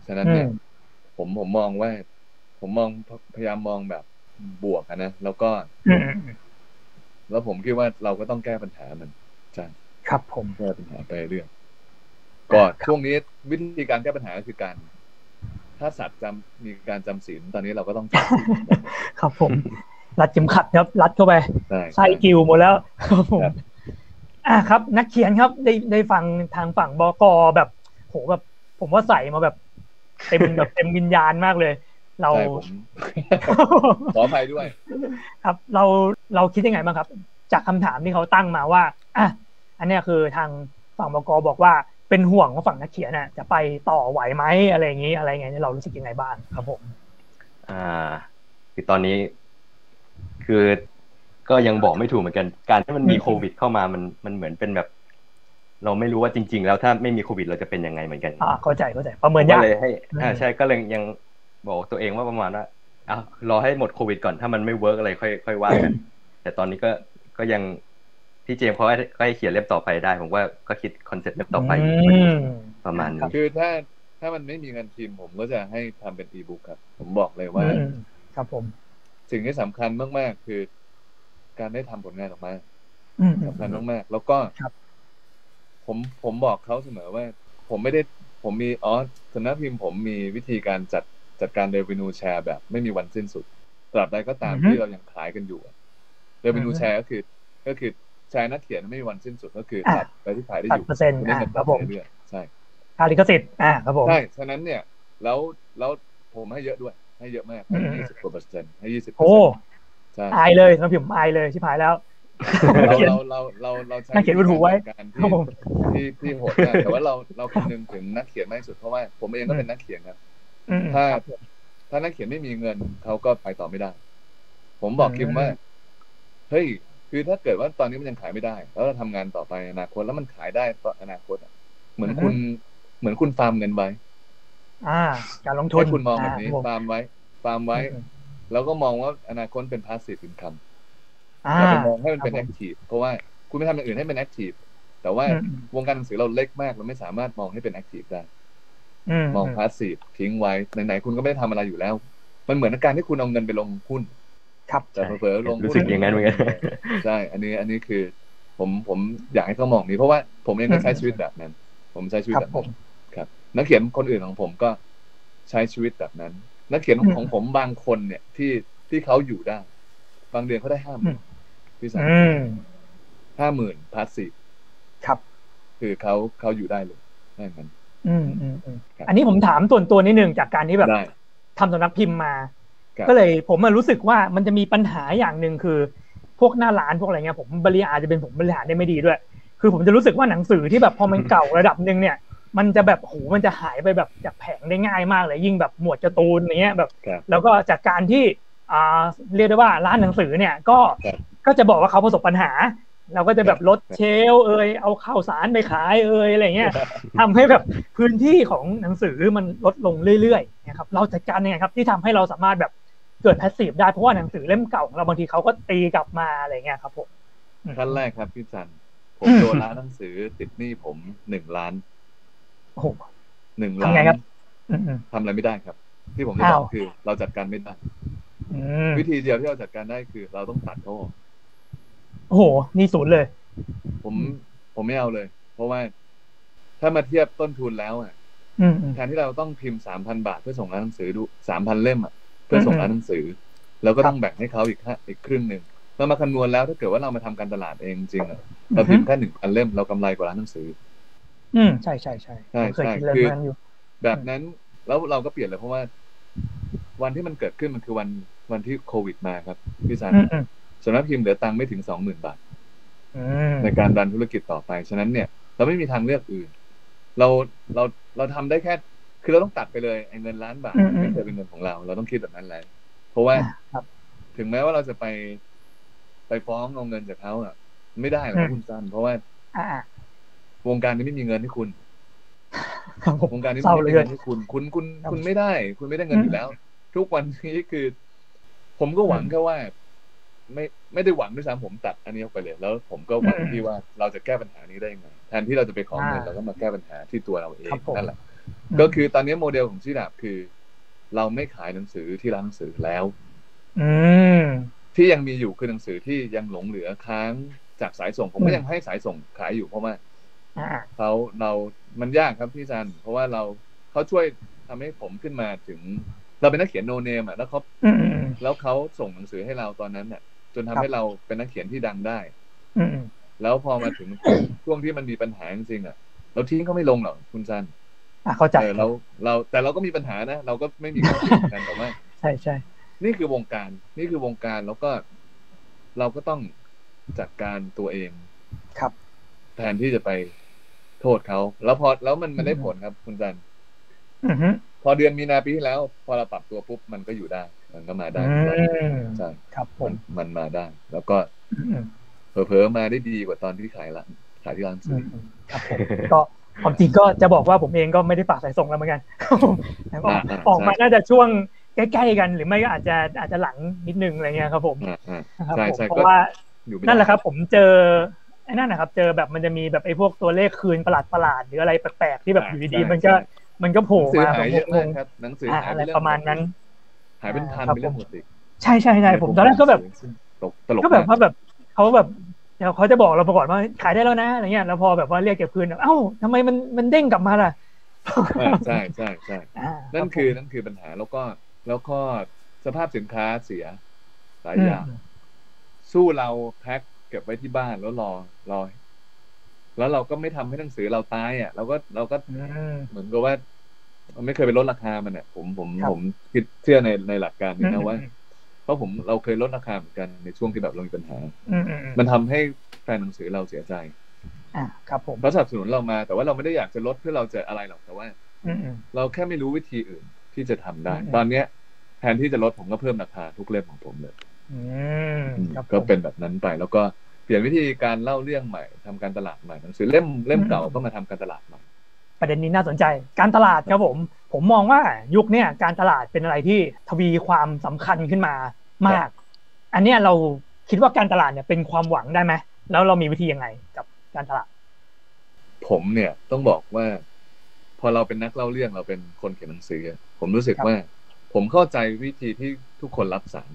ฉะนั้น อืม เนี่ยผมผมมองว่า ผมมองพยายามมองแบบบวกอะนะแล้วก็ อืมอืมอืม แล้วผมคิดว่าเราก็ต้องแก้ปัญหามันจ้ะ ครับผม แก้ปัญหาไปเรื่อยก่อนช่วงนี้วิธีการแก้ปัญหาก็คือการ ถ้าสัตว์จำมีการจำศีลตอนนี้เราก็ต้องจำศีล ครับผม รัดเข็มขัดครับรัดเข้าไป ได้ ไส้ ครับ กิวหมดแล้วครับผม ครับ อ่ะครับ นักเขียนครับได้ได้ฟังทางฝั่งบกแบบ โหแบบ ผมว่าใส่มาแบบเต็ม แบบเต็มวิญญาณมากเลย เรา ใช่ผม ขออภัยด้วย ครับ เราเราคิดยังไงบ้างครับ จากคำถามที่เขาตั้งมาว่าอ่ะอันเนี้ยคือทางฝั่งบกบอกว่าเป็นห่วงว่าฝั่งนักเขียนน่ะ จะไปต่อไหวไหมอะไรอย่างนี้อะไรไงเนี่ยเรารู้สึกยังไงบ้างครับผม อ่าคือตอนนี้ คือก็ยังบอกไม่ถูกเหมือนกัน การที่มันมี อืม โควิดเข้ามามันมันเหมือนเป็นแบบ เราไม่รู้ว่าจริง ๆ แล้วถ้าไม่มีโควิดเราจะเป็นยังไงเหมือนกัน อ่าเข้าใจเข้าใจประเมิน ก็ ยาก เลยให้อ่า อืม ใช่ก็เลยยังบอกตัวเองว่าประมาณว่าอ่ะรอให้หมดโควิดก่อนถ้ามันไม่เวิร์กอะไรค่อยค่อยว่า กันแต่ตอนนี้ก็ก็ยังพี่เจมส์เขาให้ก็ให้เขียนเล่มต่อไปได้ ผมว่าก็คิดคอนเซ็ปต์เล่มต่อไป อืม ประมาณนี้ คือถ้าถ้ามันไม่มีเงินพิมพ์ผมก็จะให้ทำเป็นอีบุ๊กครับ ผมบอกเลยว่า อืมครับผม สิ่งที่สำคัญมาก ๆ คือ การได้ทำผลงานออกมา อืมอืม สำคัญมาก ๆ แล้วก็ ครับ ผมผมบอกเขาเสมอว่า ผมไม่ได้ผมมีอ๋อสำนักพิมพ์ผมมีวิธีการจัดจัดการเรเวนูแชร์แบบ ไม่มีวันสิ้นสุดตราบใดก็ตาม อือฮึ ที่เรายังขายกันอยู่เรเวนูแชร์ก็คือ ก็คือแชร์นักเขียนไม่มีวันสิ้นสุดก็คือตัดไปที่ขายได้ ตั อ ด ยู่ เปอร์เซ็นต์ คุณได้ อ่า เงิน ค ต่ รั อบ ไป ผม เรื่อยๆใช่ ค่าลิขสิทธิ์อ่าครับผม ใช่ ฉะนั้นเนี่ย แล้ว แล้ว ผมให้เยอะด้วย ให้เยอะมาก ให้ อืม ยี่สิบกว่าเปอร์เซ็นต์ ให้ยี่สิบ โอ้ ใช่ อายเลยน้องผิมอายเลยชิบหายแล้ว เรา เขียน เรา เรา เราเราใช้ น่าเขียนบนหูไว้ การ ครั ที่ บผม ที่ที่โหดมากแต่ว่าเรา เราคำนึงถึงนักเขียนมากที่สุด เพราะว่าผมเองก็เป็นนักเขียนครับ อืม ถ้า ครับผม ถ้านักเขียนไม่มีเงินเขาก็ไปต่อไม่ได้ ผมบอกคิมว่า อืม เฮ้ย คือถ้าเกิดว่าตอนนี้มันยังขายไม่ได้ แล้วเราทำงานต่อไปในอนาคต แล้วมันขายได้ต่ออนาคตอะเหมือนคุณ เหมือนคุณฟาร์มเงินไว้ อ่า การลงทุน ให้คุณมองแบบนี้ า ฟาร์มไว้ ฟาร์มไว้ แล้วก็มองว่าอนาคตเป็น passive income อ่า อย่าไปมองให้มันเป็น ครับผม active เพราะว่าคุณไม่ทำอย่างอื่นให้เป็น active แต่ว่า อืม วงการหนังสือเราเล็กมากเราไม่สามารถมองให้เป็น active ได้ อืม มอง passive ทิ้งไว้ไหนๆคุณก็ไม่ได้ทำอะไรอยู่แล้ว มันเหมือนกับการที่คุณเอาเงินไปลงหุ้น ครับ แต่เผลอๆลงหุ้น รู้สึกอย่างนั้นเหมือนกัน ใช่อันนี้อันนี้คือ ผมผมอยากให้เขามองนี้เพราะว่าผมเองก็ใช้ อืม ชีวิตแบบนั้น ผมใช้ชีวิต ครับ แบบ ผ นั้ ม นนักเขียนคนอื่นของผมก็ใช้ชีวิตแบบนั้น นักเขียนของ อืม ของผมบางคนเนี่ยที่ที่เขาอยู่ได้ บางเดือนเขาได้ห้าห อื มื่น ม พี่สัน อืม ห้าหมื่นพาร์ทสี่ ครับ คือเขาเขาอยู่ได้เลยได้เงิน อืมอืมอืม ครับ อันนี้ผมถามส่วนตัวนิดนึงจากการที่แบบ ได้ ทำสำนักพิมพ์มา ครับ ก็เลยผมมารู้สึกว่ามันจะมีปัญหาอย่างหนึ่งคือ พวกหน้าร้านพวกอะไรเงี้ยผมบริหารอาจจะเป็นผมบริหารได้ไม่ดีด้วย คือผมจะรู้สึกว่าหนังสือที่แบบพอมันเก่าระดับหนึ่งเนี่ย มันจะแบบโหมันจะหายไปแบบจากแผงได้ง่ายมากเลยยิ่งแบบหมวดการ์ตูนอะไรเงี้ยแบบ ครับ แล้วก็จากการที่อ่าเรียกได้ว่าร้านหนังสือเนี่ยก็ ครับ ก็จะบอกว่าเขาประสบปัญหา เราก็จะแบบลด ครับ เชลฟ์เอยเอาข้าวสารไปขายเอยอะไรเงี้ย ทำให้แบบพื้นที่ของหนังสือมันลดลงเรื่อยๆนะครับเราจัดการยังไงครับที่ทำให้เราสามารถแบบเกิด a s ส i v e ได้เพราะว่าหนังสือเล่มเก่าของเราบางทีเขาก็ตีกลับมาอะไรเงี้ยครับผม ขั้นแรกครับพี่สัน ผมโดนร้านหนังสือติดหนี้ผมหนึ่งล้าน โอ้โห หนึ่ง ทำ ล้า ไงครั น บ อืมอืม ทำอะไรไม่ได้ครับ ที่ผมจะบ อ้า อ ว กคือเราจัดการไม่ได้ อืม วิธีเดียวที่เราจัดการได้คือ เราต้องตัดเขาออก โอ้โหนี่ศูนย์เลย ผม อืม ผมไม่เอาเลย เพราะว่าถ้ามาเทียบต้นทุนแล้วอ่ะ อืมอืม แทนที่เราต้องพิมพ์สามพันบาทเพื่อส่งร้านหนังสือดูสามพันเล่มอ่ะเพื่อส่งร้านหนังสือ แล้วก็ต้องแบ่งให้เขาอีกห้าอีกครึ่งหนึ่งเรามาคำนวณแล้วถ้าเกิดว่าเรามาทำการตลาดเองจริงๆอะเราพิมพ์แค่หนึ่งพันเล่มเรากำไรกว่าร้านหนังสือ อืมใช่ใช่ใช่ ใช่ ผมเคย ใช่ คิดเรื่อง คือ นั้นอยู่ แบบนั้นแล้วเราก็เปลี่ยนเลยเพราะว่า วันที่มันเกิดขึ้นมันคือวันวันที่โควิดมาครับพี่สัน อืมอืม สำนักพิมพ์เหลือตังค์ไม่ถึงสองหมื่นบาท อืม ในการดันธุรกิจต่อไป ฉะนั้นเนี่ย เราไม่มีทางเลือกอื่น เราเราเราทำได้แค่ คือเราต้องตัดไปเลยไอ้เงินล้านบาทไม่เคยเป็นเงินของเรา เราต้องคิดแบบนั้นแล้วเพราะว่า ครับ ถึงแม้ว่าเราจะไปไปฟ้องเอาเงินจากเขาอะไม่ได้หรอก อื ครับ ม คุณซัน เพราะว่า อ่าว งการนี้ไม่มีเงินให้คุณ ครับผม วงการนี้ เศร้า ไม่ เหลือมีเกิ เงิ น นให้คุณคุณคุณ ครับ คุณไม่ได้ คุณไม่ได้เงินอยู่แล้ว ทุกวันนี้คือ ผมก็หวัง อืม แค่ว่า ไม่ไม่ได้หวังด้วยซ้ำผมตัดอันนี้ออกไปเลย แล้ว ผมก็หวัง อืม ที่ว่าเราจะแก้ปัญหานี้ได้ยังไงแทนที่เราจะไปขอเงิน อ่า เราก็มาแก้ปัญหาที่ตัวเราเอง ครับผม นั่นแหละ ก็คือตอนนี้โมเดลของชื่อดาบคือ เราไม่ขายหนังสือที่ร้านหนังสือแล้ว อืม ที่ยังมีอยู่คือหนังสือที่ยังหลงเหลือค้างจากสายส่ง ผม อื ก็ ม ยังให้สายส่งขายอยู่เพราะว่า อ่า เขาเรามันยากครับพี่ซัน เพราะว่าเราเขาช่วยทำให้ผมขึ้นมาถึง เราเป็นนักเขียนโนเนมอ่ะแล้วเขา อืมอืม แล้วเขาส่งหนังสือให้เราตอนนั้นน่ะ จนทำ ครับ ให้เราเป็นนักเขียนที่ดังได้ อืมอืม แล้วพอมาถึง ช่วงที่มันมีปัญหาจริงๆอ่ะ เราทิ้งเขาไม่ลงหรอกคุณซัน อ่าเข้าใจ เออเราเราแต่เราก็มีปัญหานะ เราก็ไม่มีข้อเสียเหมือนกันแต่ว่า ใช่ใช่ นี่คือวงการ นี่คือวงการแล้วก็เราก็ต้องจัดการตัวเอง ครับ แทนที่จะไปโทษเขา แล้วพอแล้วมันมันได้ อืม ผลครับ คุณจัน อือฮึ พอเดือนมีนาปีที่แล้ว พอเราปรับตัวปุ๊บมันก็อยู่ได้ มันก็มาได้ อืม ใช่ ครับผ มั ม นมันมาได้ แล้วก็ อืมอืม เผลอๆมาได้ดีกว่าตอนที่ขายละขายที่ร้าน อื ซื้อ มอืมครับผมก็ความจริงก็จะบอกว่าผมเองก็ไม่ได้ปากสายส่งแล้วเหมือนกันครับผมแล้วก็ อ่าอ่า ออกมา ใช่ น่าจะช่วงใกล้ๆกันหรือไม่ก็อาจจะอาจจะหลังนิดนึงอะไรเงี้ยครับผม อ่าอ่า นะครับผมใช่ใช่ เพ ก็ ราะว่า อยู่ไม่ได้ นั่นแหละครับ ผมเจอไอ้นั่นนะครับ เจอแบบมันจะมีแบบไอ้พวกตัวเลขคืนประหลาดประหลาดๆหรืออะไรแปลกๆที่แบบอยู่ดีๆมันก็มันก็โผล่ หนัมางสือหายเยอะ ง มาก ง ครับหนังสือ อ่า หาย อะไร เอง ประมาณนั้น หายเป็นพัน ครับ เป็นเรื่องปกติ ใช่ใช่ใช่ผมตอนแรกก็แบบ ตกตลก ก็แบบ มาก ว่าแบบเขาแบบเดี๋ยวเขาจะบอกเรามาก่อนว่าขายได้แล้วนะอะไรเงี้ยแล้วพอแบบว่าเรียกเก็บคืนเอ้าทำไมมันมันเด้งกลับมาล่ะ อ่าใช่ใช่ใช่ อ่า นั่น รับผม คือนั่นคือปัญหาแล้วก็แล้วก็สภาพสินค้าเสียหลายอย่าง อืม สู้เราแพ็คเก็บไว้ที่บ้านแล้วรอรอแล้วเราก็ไม่ทำให้หนังสือเราตายอ่ะเราก็เราก็ อืม เหมือนกับว่ามันไม่เคยไปลดราคามันอ่ะผมผม ครับ ผมคิดเชื่อในในหลักการนี้ อื นะ ม ว่า เพราะผมเราเคยลดราคาเหมือนกันในช่วงที่แบบเรามีปัญหา อืมอืมอืม มันทำให้แฟนหนังสือเราเสียใจ อ่าครับผม เขาสนับสนุนเรามา แต่ว่าเราไม่ได้อยากจะลดเพื่อเราจะอะไรหรอกแต่ว่า อืมอืม เราแค่ไม่รู้วิธีอื่นที่จะทำได้ อืม ตอนเนี้ยแทนที่จะลดผมก็เพิ่มราคาทุกเล่มของผมเลย อืมครับผม ก็เป็นแบบนั้นไป แล้วก็เปลี่ยนวิธีการเล่าเรื่องใหม่ทำการตลาดใหม่หนังสือเล่มเล่มเก่า อืม ก็มาทำการตลาดใหม่ ประเด็นนี้น่าสนใจ การตลาดครับผม ผมมองว่ายุคเนี้ยการตลาดเป็นอะไรที่ทวีความสำคัญขึ้นมามาก อันเนี้ยเราคิดว่าการตลาดเนี่ยเป็นความหวังได้ไหมแล้วเรามีวิธียังไงกับการตลาด ผมเนี่ยต้องบอกว่า พอเราเป็นนักเล่าเรื่องเราเป็นคนเขียนหนังสือ ผมรู้สึก ครับ ว่า ผมเข้าใจวิธีที่ทุกคนรับสาร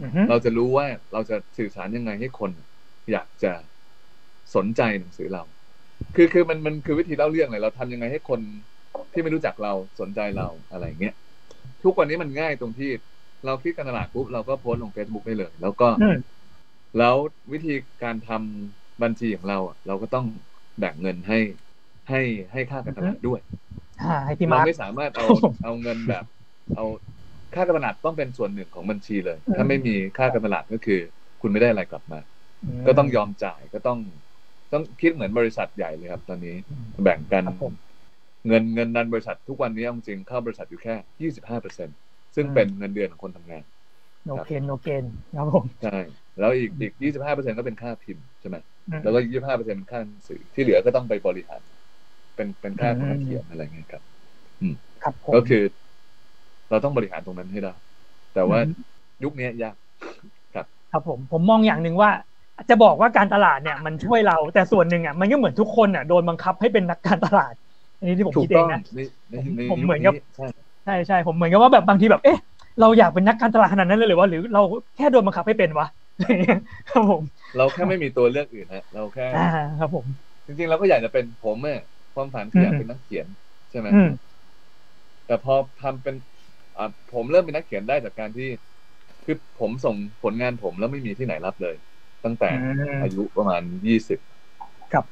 อือฮึ เราจะรู้ว่าเราจะสื่อสารยังไงให้คน อยากจะสนใจหนังสือเรา คือคือมันมันคือวิธีเล่าเรื่องเลยเราทำยังไงให้คนที่ไม่รู้จักเราสนใจเราอะไรอย่างเงี้ยทุกวันนี้มันง่ายตรงที่ เราคิดการตลาดปุ๊บเราก็โพสต์ลง Facebook ได้เลย แล้วก็ อืม แล้ววิธีการทำบัญชีของเราอ่ะเราก็ต้องแบ่งเงินให้ให้ให้ค่าการตลาดด้วย อ่าให้พี่ เรา มาร์ค ไม่สามารถ เอา ครับผม เอาเงินแบบ เอาค่าการตลาดต้องเป็นส่วนหนึ่งของบัญชีเลย อืม ถ้าไม่มีค่าการตลาดก็คือ คุณไม่ได้อะไรกลับมา ก็ต้องยอมจ่ายก็ต้อง ต้องคิดเหมือนบริษัทใหญ่เลยครับ ตอนนี้ อืม แบ่งกัน ครับผม เงินเงินดันบริษัททุกวันนี้เอาจริงๆเข้าบริษัทอยู่แค่ยี่สิบห้าเปอร์เซ็นซึ่ง อืม เป็นเงินเดือนของคนทำงาน โนเกนโนเกนครับผม ใช่แล้วอีกอีกยี่สิบห้าเปอร์เซ็นก็เป็นค่าพิมพ์ใช่ไหม อืม แล้วก็ยี่สิบห้าเปอร์เซ็นเป็นค่าหนังสือที่เหลือก็ต้องไปบริหาร เป็นเป็นค่าของนัก อืม เขียนอะไรเงี้ยครับ ครับผม ก็คือเราต้องบริหารตรงนั้นให้ได้ แต่ว่า อืม ยุคนี้ยาก ครับผมผมมองอย่างหนึ่งว่า จะบอกว่าการตลาดเนี่ยมันช่วยเราแต่ส่วนหนึ่งอ่ะมันก็เหมือนทุกคนอ่ะโดนบังคับให้เป็นนักการตลาด อันนี้ที่ผม ถู คิ ก ดเอ ต้อง ง นะ ในใน ผม ใน ผม ยุค เหมือนกับ นี้ใช่ ใช่ใช่ผมเหมือนกับว่าแบบบางทีแบบเอ๊ะเราอยากเป็นนักการตลาดขนาดนั้นเลยหรือว่า หรือเราแค่โดนบังคับให้เป็นวะ ครับผม เราแค่ไม่มีตัวเลือกอื่นฮะเราแค่ อ่าครับผม จริงๆเราก็อยากจะเป็นผมเ่ความฝันคืออยากเป็นนักเขียนใช่ไหม อืม แต่พอทำเป็นอ่ะผมเริ่มเป็นนักเขียนได้จากการที่คือผมส่งผลงานผมแล้วไม่มีที่ไหนรับเลย ตั้งแต่ อายุประมาณยี่สิบ ครับ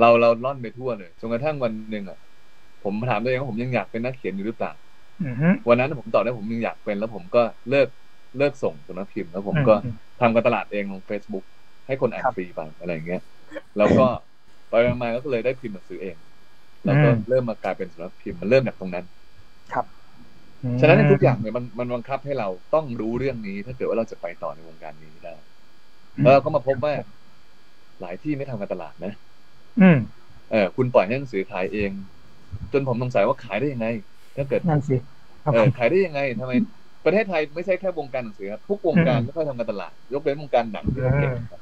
เราเราล่อนไปทั่วเลยจนกระทั่งวันหนึ่งอ่ะ ผมถามตัวเองว่าผมยังอยากเป็นนักเขียนอยู่หรือเปล่า อืมอืม วันนั้นผมตอบได้ผมยังอยากเป็น แล้วผมก็เลิกเลิกส่งสำนักพิมพ์แล้วผมก็ อืม ทำการตลาดเองลง Facebook ให้คนอ่านฟรีไปอะไรอย่างเงี้ยแล้วก็ไปมาๆก็เลยได้พิมพ์หนังสือเอง แล้วก็เริ่มมากลายเป็นสำนักพิมพ์มันเริ่มจากตรงนั้น ฉะนั้นในทุกอย่างเนี่ยมันมันบังคับให้เราต้องรู้เรื่องนี้ ถ้าเกิดว่าเราจะไปต่อในวงการนี้ได้แล้วเราก็มาพบว่าหลายที่ไม่ทำการตลาดนะ อืม เออคุณปล่อยให้หนังสือขายเอง จนผมสงสัยว่าขายได้ยังไง ถ้าเกิด นั่นสิครับ เอ ผ อ ม ขายได้ยังไงทำไม ประเทศไทยไม่ใช่แค่วงการหนังสือครับทุกวงการไม่ค่อยทำการตลาด ยกเว้นวงการหนังที่เขาเก่งครับ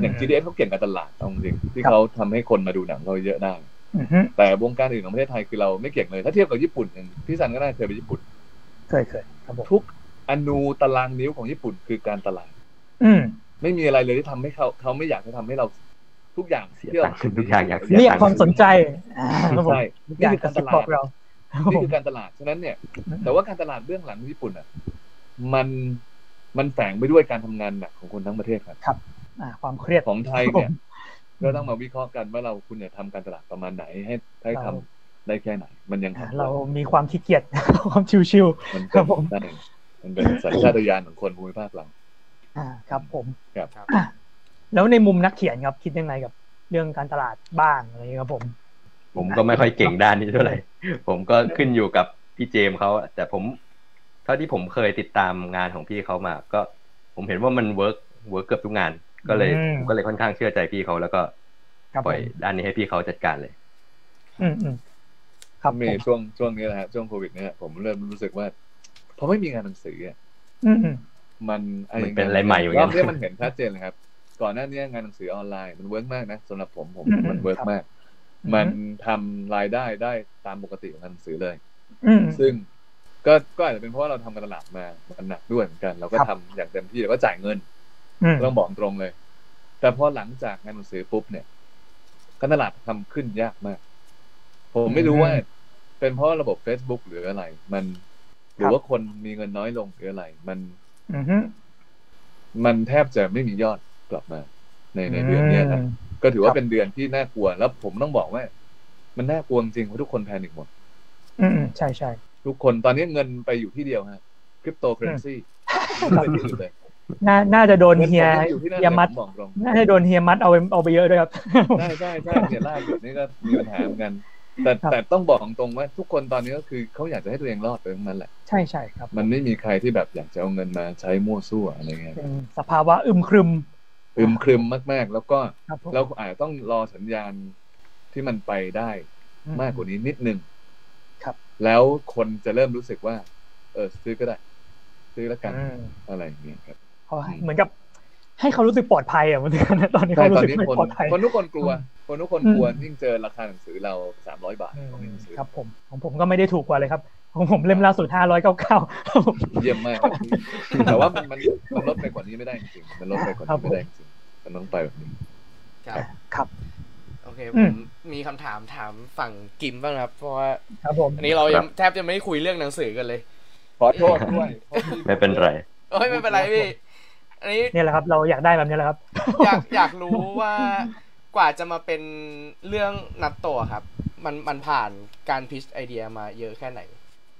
อย่าง GDS เขาเก่งการตลาดเอาจริงๆที่ ครับ เขาทำให้คนมาดูหนังเราเยอะได้ อืมอืม แต่วงการอื่นของประเทศไทยคือเราไม่เก่งเลย ถ้าเทียบกับญี่ปุ่นอย่างพี่สันก็น่าเคยไปญี่ปุ่น เคยเคยครับผม ทุกอนูตารางนิ้วของญี่ปุ่นคือการตลาด อืม ไม่มีอะไรเลยที่ทำให้เขาเขาไม่อยากจะทำให้เราทุกอย่าง เสีย ที่ร ตังค์ทุกอย่างอยากเสี เรียกความสนใจอ่าครับผม ใช่ อ นี่ ยากจะคือการ ส ต ป ลา อ ด กเราครับผ นี่ ม คือการตลาด ฉะนั้นเนี่ย แต่ว่าการตลาดเบื้องหลังของญี่ปุ่นอ่ะ มัน มันแฝงไปด้วยการทำงานหนักของคนทั้งประเทศครับ อ่าความเครียด ของไทยเนี่ครัยบผม ก็ต้องมาวิเคราะห์กันว่าเราคุณจะทำการตลาดประมาณไหนให้ให้ทำ เรา ได้แค่ไหน มันยัง อ่า ทำ เรามีความขี้เกียจ ความชิว มัน ค เป็ รั น บผม ได้มันเป็นสัญชาตญาณของคนภูมิภาคเรา ๆอ่าครับผม ครับ อ่ะแล้วในมุมนักเขียนครับคิดยังไงกับ เรื่องการตลาดบ้างอะไรอย่างเงี้ยครับผม ผมก็ไม่ค่อยเก่งด้านนี้เท่า ไหร่ ผมก็ขึ้นอยู่กับพี่เจมส์เขาอะแต่ผมเท่าที่ผมเคยติดตามงานของพี่เขามา ก็ผมเห็นว่ามันเวิร์กเวิร์กเกือบทุกงาน ก็เลย อืม ผมก็เลยค่อนข้างเชื่อใจพี่เขาแล้วก็ ครับ ป ผ ล่อย ม ด้านนี้ให้พี่เขาจัดการเลย อืมอืมครับผ มี ม ช่วงช่วงนี้แหละฮะช่วงโควิดเนี่ยผมเริ่มรู้สึกว่าพอไม่มีงานหนังสืออะ อืมอืม มันไ มันเป็นอะไรใหม่อยู่เหมือน ร กั อนบเนี้ยมันเห็นชัดเจนเลยครับ ก่อนหน้านี้งานหนังสือออนไลน์มันเวิร์กมากนะสำหรับผมผม อืม มันเวิร์ก ครับ มาก อืม มันทำรายได้ได้ตามปกติของงานหนังสือเลย อืม ซึ่งก็ก็อาจจะเป็นเพราะว่าเราทำการตลาดมามันหนักด้วยเหมือนกัน เราก็ ครับ ทำอย่างเต็มที่แล้วก็จ่ายเงิน อืม ต้องบอกตรงเลย แต่พอหลังจากงานหนังสือปุ๊บเนี่ยการตลาดทำขึ้นยากมาก ผมไม่รู้ว่า เป็นเพราะระบบ Facebook หรืออะไร มันหรือว่าคนมีเงินน้อยลงหรืออะไร มัน อืม มันแทบจะไม่มียอดกลับมา ในในเดือนเนี้ยนะก็ถือว่าเป็นเดือนที่น่ากลัว แล้วผมต้องบอกว่า มันน่ากลัวจริงเพราะทุกคนแพนิคหมด อืมอืมใช่ใช่ ทุกคนตอนนี้เงินไปอยู่ที่เดียวฮะคริปโตเคอเรนซี ม ไปที่อื่นเลย น่าน่าจะโดน เงิน เฮีย ผมงอยู่ที่นั่น เฮียมัด ผมบอกตรง น่าจะโดนเฮียมัดเอาไปเอาไปเยอะด้วยครับ ใช่ใช่ใช่เนี่ยล่าสุดนี่ก็มีปัญหาเหมือนกัน แต่ ครับ แต่ต้องบอกตรงว่า ทุกคนตอนนี้ก็คือเขาอยากจะให้ตัวเองรอดไปทั้งนั้นแหละ ใช่ใช่ครับ มันไม่มีใครที่แบบอยากจะเอาเงินมาใช้มั่วซั่วอะไรเงี้ย เป็นสภาวะอึมครึม อึมครึมมากๆ แล้วก็ ครับผม เราอาจจะต้องรอสัญญาณที่มันไปได้ อื มากกว่านี้นิดนึง ครับ แล้วคนจะเริ่มรู้สึกว่า เออซื้อก็ได้ ซื้อแล้วกัน อืม อะไรอย่างเงี้ยครับ เขาเหมือนกับให้เขารู้สึกปลอดภัยอ่ะเหมันถึงนะตอนนี้ ใช่ เขา ตอ รู้ น สึก นี้ ไม่ คน ปลอดภัย คนทุกคนกลัว อืม คนทุกคน อืม กลัวยิ่งเจอราคาหนังสือเราสามร้อยบาท อืม ของหนังสือ ครับผมของผมก็ไม่ได้ถูกกว่าเลยครับของผมเล่มล่าสุดห้าร้อยเก้าเก้าครับผม เยี่ยมมาก ครับแต่ว่ามันมันมันลดไปกว่านี้ไม่ได้จริงๆมันลดไปกว่า ครับ นี้ ผม ไม่ได้จริงๆมันต้องไปแบบนี้ ครับ ครับ โอเค อื ผม มมีคำถามถามฝั่งกิมบ้างนะครับ เพราะว่า ครับผม อันนี้เรายังแทบจะไม่ได้คุยเรื่องหนังสือกันเลย ขอโทษด้วยเพราะพี่ ไม่เป็นไร เอ้ยไม่เป็นไรพี่อันนี้ เนี่ยแหละครับเราอยากได้แบบเนี้ยแหละครับ อยากอยากรู้ว่ากว่าจะมาเป็นเรื่องนัตโตะครับ มันมันผ่านการพิชไอเดียมาเยอะแค่ไหน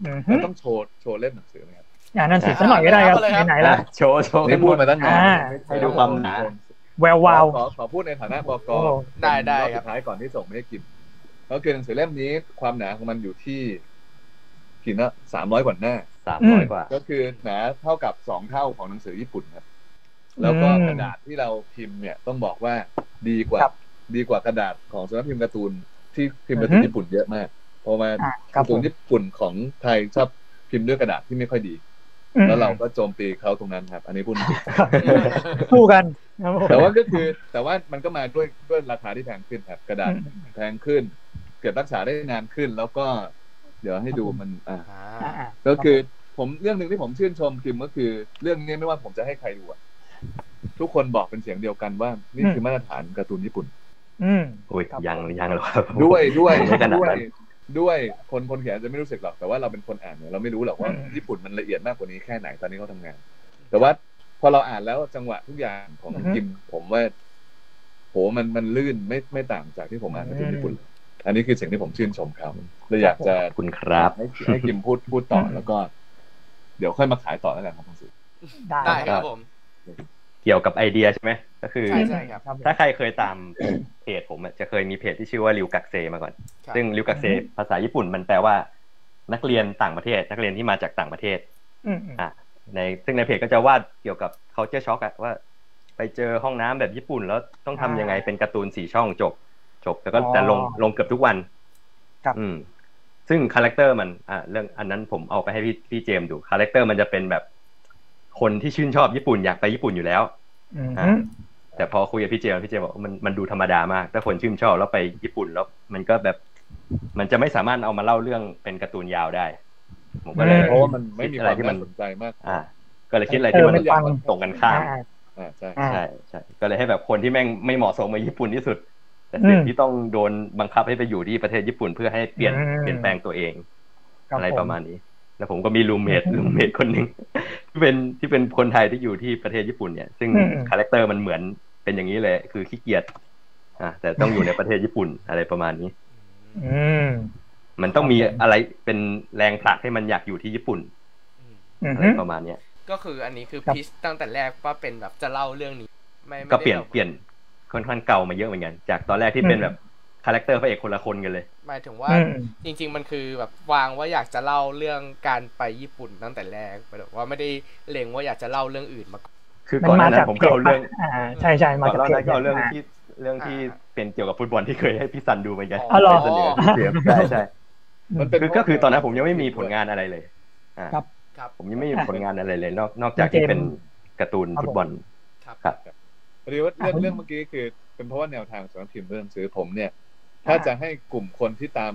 อืมฮึ แล้วต้องโชว์โชว์เล่มหนังสือไหมครับ อ่านั่นสิสักหน่อยก็ได้ครับ เอาเลยครับ ไหนๆล่ะ โชว์โชว์ ได้พูดมาตั้งนาน อ่า ให้ดูความหนา แวววาว ขอขอขอพูดในฐานะบก โอ้โห ได้ได้ อ ครับ สุดท้ายก่อนที่ส่งไม่ให้กินก็คือหนังสือเล่มนี้ความหนาของมันอยู่ที่กี่นะสามร้อยกว่าหน้า สาม อื ร้อ ม ยกว่า ก็คือหนาเท่ากับสองเท่าของหนังสือญี่ปุ่นครับ แล้วก็กระดาษที่เราพิมพ์เนี่ยต้องบอกว่าดีกว่า ครับ ดีกว่ากระดาษของสำนักพิมพ์การ์ตูนที่พิมพ์การ์ตู อือนฮึ ญี่ปุ่นเยอะมากเพราะว่า อ่ะครั กา บ ร์ ผ ตูน ม ญี่ปุ่นของไทยชอบพิมพ์ด้วยกระดาษที่ไม่ค่อยดี อืม แล้วเราก็โจมตีเขาตรงนั้นครับ อันนี้พูดจริง ครับคู่กันครับผม แต่ว่าก็คือแต่ว่ามันก็มาด้วยด้วยราคาที่แพงขึ้นครับกระดาษ อืม แพงขึ้น เก็บรักษาได้นานขึ้น แล้วก็เดี๋ยวให้ดูมันอ่า อ่า อ่า ก็คือผมเรื่องหนึ่งที่ผมชื่นชมคิมก็คือ เรื่องนี้ไม่ว่าผมจะให้ใครดูอะทุกคนบอกเป็นเสียงเดียวกันว่านี่คือมาตรฐานการ์ตูนญี่ปุ่น อืม อุ้ย ครับ ยังยังหรอครับ ด้วยด้วย ไม่ขนาด ด้วย นั้น ด้วยคนคนเขียนอาจจะไม่รู้สึกหรอกแต่ว่าเราเป็นคนอ่านเนี่ยเราไม่รู้หรอกว่าญี่ปุ่นมันละเอียดมากกว่านี้แค่ไหนตอนนี้เขาทำงาน แต่ว่าพอเราอ่านแล้วจังหวะทุกอย่างของ อือฮึ คิม ผมว่าโหมันมันลื่นไม่ไม่ต่างจากที่ผมอ่านการ์ตูนญี่ปุ่นเลยอันนี้คือสิ่งที่ผมชื่นชมเขาเลยอยากจะ ขอบคุณครับ ให้ให้กิมพูดพูดต่อ อืม แล้วก็ เดี๋ยวค่อยมาขายต่อแล้วกันครับคุณสุ ได้ ได้ครับผม เกี่ยวกับไอเดียใช่ไหมก็คือ ใช่ใช่ ครับ ครับ ถ้าใครเคยตามเพจผมอะจะเคยมีเพจที่ชื่อว่าริวกักเซมาก่อน ครับ ซึ่งริวกักเซภาษาญี่ปุ่นมันแปลว่า นักเรียนต่างประเทศ นักเรียนที่มาจากต่างประเทศ อืมอืม อ่ะในซึ่งในเพจก็จะวาดเกี่ยวกับ culture shock อะว่า ไปเจอห้องน้ำแบบญี่ปุ่นแล้วต้องทำ อ่ายั ยังไงเป็นการ์ตูนสี่ช่องจบ จบแล้วก็ อ๋อ แต่ลงลงเกือบทุกวัน ครับ อืมซึ่งคาแรคเตอร์มันอ่ะเรื่องอันนั้นผมเอาไปให้พี่พี่เจมส์ดูคาแรคเตอร์มันจะเป็นแบบ คนที่ชื่นชอบญี่ปุ่นอยากไปญี่ปุ่นอยู่แล้ว อืม อ่ะแต่พอคุยกับพี่เจมส์พี่เจมส์บอกว่ามันมันดูธรรมดามาก ถ้าคนชื่นชอบแล้วไปญี่ปุ่นแล้ว มันก็แบบ มันจะไม่สามารถเอามาเล่าเรื่องเป็นการ์ตูนยาวได้ ผมก็เลย เพราะว่ามันไม่มี คิด ค อะไร วาม ที่มัน น่าสนใจมาก อ่า ก็เลยคิดอะไรที่มัน เออมันอยาก ตรงกันข้าม อ่า อ่าใช่ อ่า ใช่ใช่ก็เลยให้แบบคนที่แม่งไม่เหมาะสมมาญี่ปุ่นที่สุด แต่สิ่ง อืม ที่ต้องโดนบังคับให้ไปอยู่ที่ประเทศญี่ปุ่นเพื่อให้เปลี่ยน อืม เปลี่ยนแปลงตัวเอง คบ อะไร ผ ประมาณนี้ แล้วผมก็มีรูมเมท อืม รูมเมทคนหนึ่ง ที่เป็นที่เป็นคนไทยที่อยู่ที่ประเทศญี่ปุ่นเนี่ย ซึ่ง อืม คาแรคเตอร์มันเหมือนเป็นอย่างนี้เลย คือขี้เกียจอ่ะแต่ต้องอยู่ในประเทศญี่ปุ่น อะไรประมาณนี้ อืม มันต้องมีอะไรเป็นแรงผลักให้มันอยากอยู่ที่ญี่ปุ่น อืม อืม อะไรประมาณเนี้ย ก็คืออันนี้คือ ครับ พิชตั้งแต่แรกว่าเป็นแบบจะเล่าเรื่องนี้ ไม่ไม่ ก็ ได้ เปลี่ยน แบบ เปลี่ยนค่อนข้างเก่ามาเยอะเหมือนกันจากตอนแรกที่เป็นแบบคาแรคเตอร์พระเอกคนละคนกันเลย หมายถึงว่า อืม จริง ๆ มันคือแบบวางว่าอยากจะเล่าเรื่องการไปญี่ปุ่นตั้งแต่แรกแบบว่าไม่ได้เล็งว่าอยากจะเล่าเรื่องอื่นมาก่อน คือก่อนหน้านั้นผมก็เอาเรื่อง อ่าใช่ใช่มา ก่อน จากเพจเล่าได้ก็เอาเรื่องที่เรื่องที่ อ่า เป็นเกี่ยวกับฟุตบอลที่เคยให้พี่ซันดูเหมือนกัน อ๋อเหรอ ไปเสนอพี่เจมส์ใช่ใช่ มันเป็น คือก็คือตอนนั้นผมยังไม่มีผลงานอะไรเลยอ่า ครับ ครับ ผมยังไม่มีผลงานอะไรเลย นอกนอกจากที่เป็นการ์ตูนฟุตบอล ครับ ครับ พอดีว่าเรื่องเรื่องเมื่อกี้คือ เป็นเพราะว่าแนวทางสำนักพิมพ์เรื่องซื้อผมเนี่ย ถ้าจะให้กลุ่มคนที่ตาม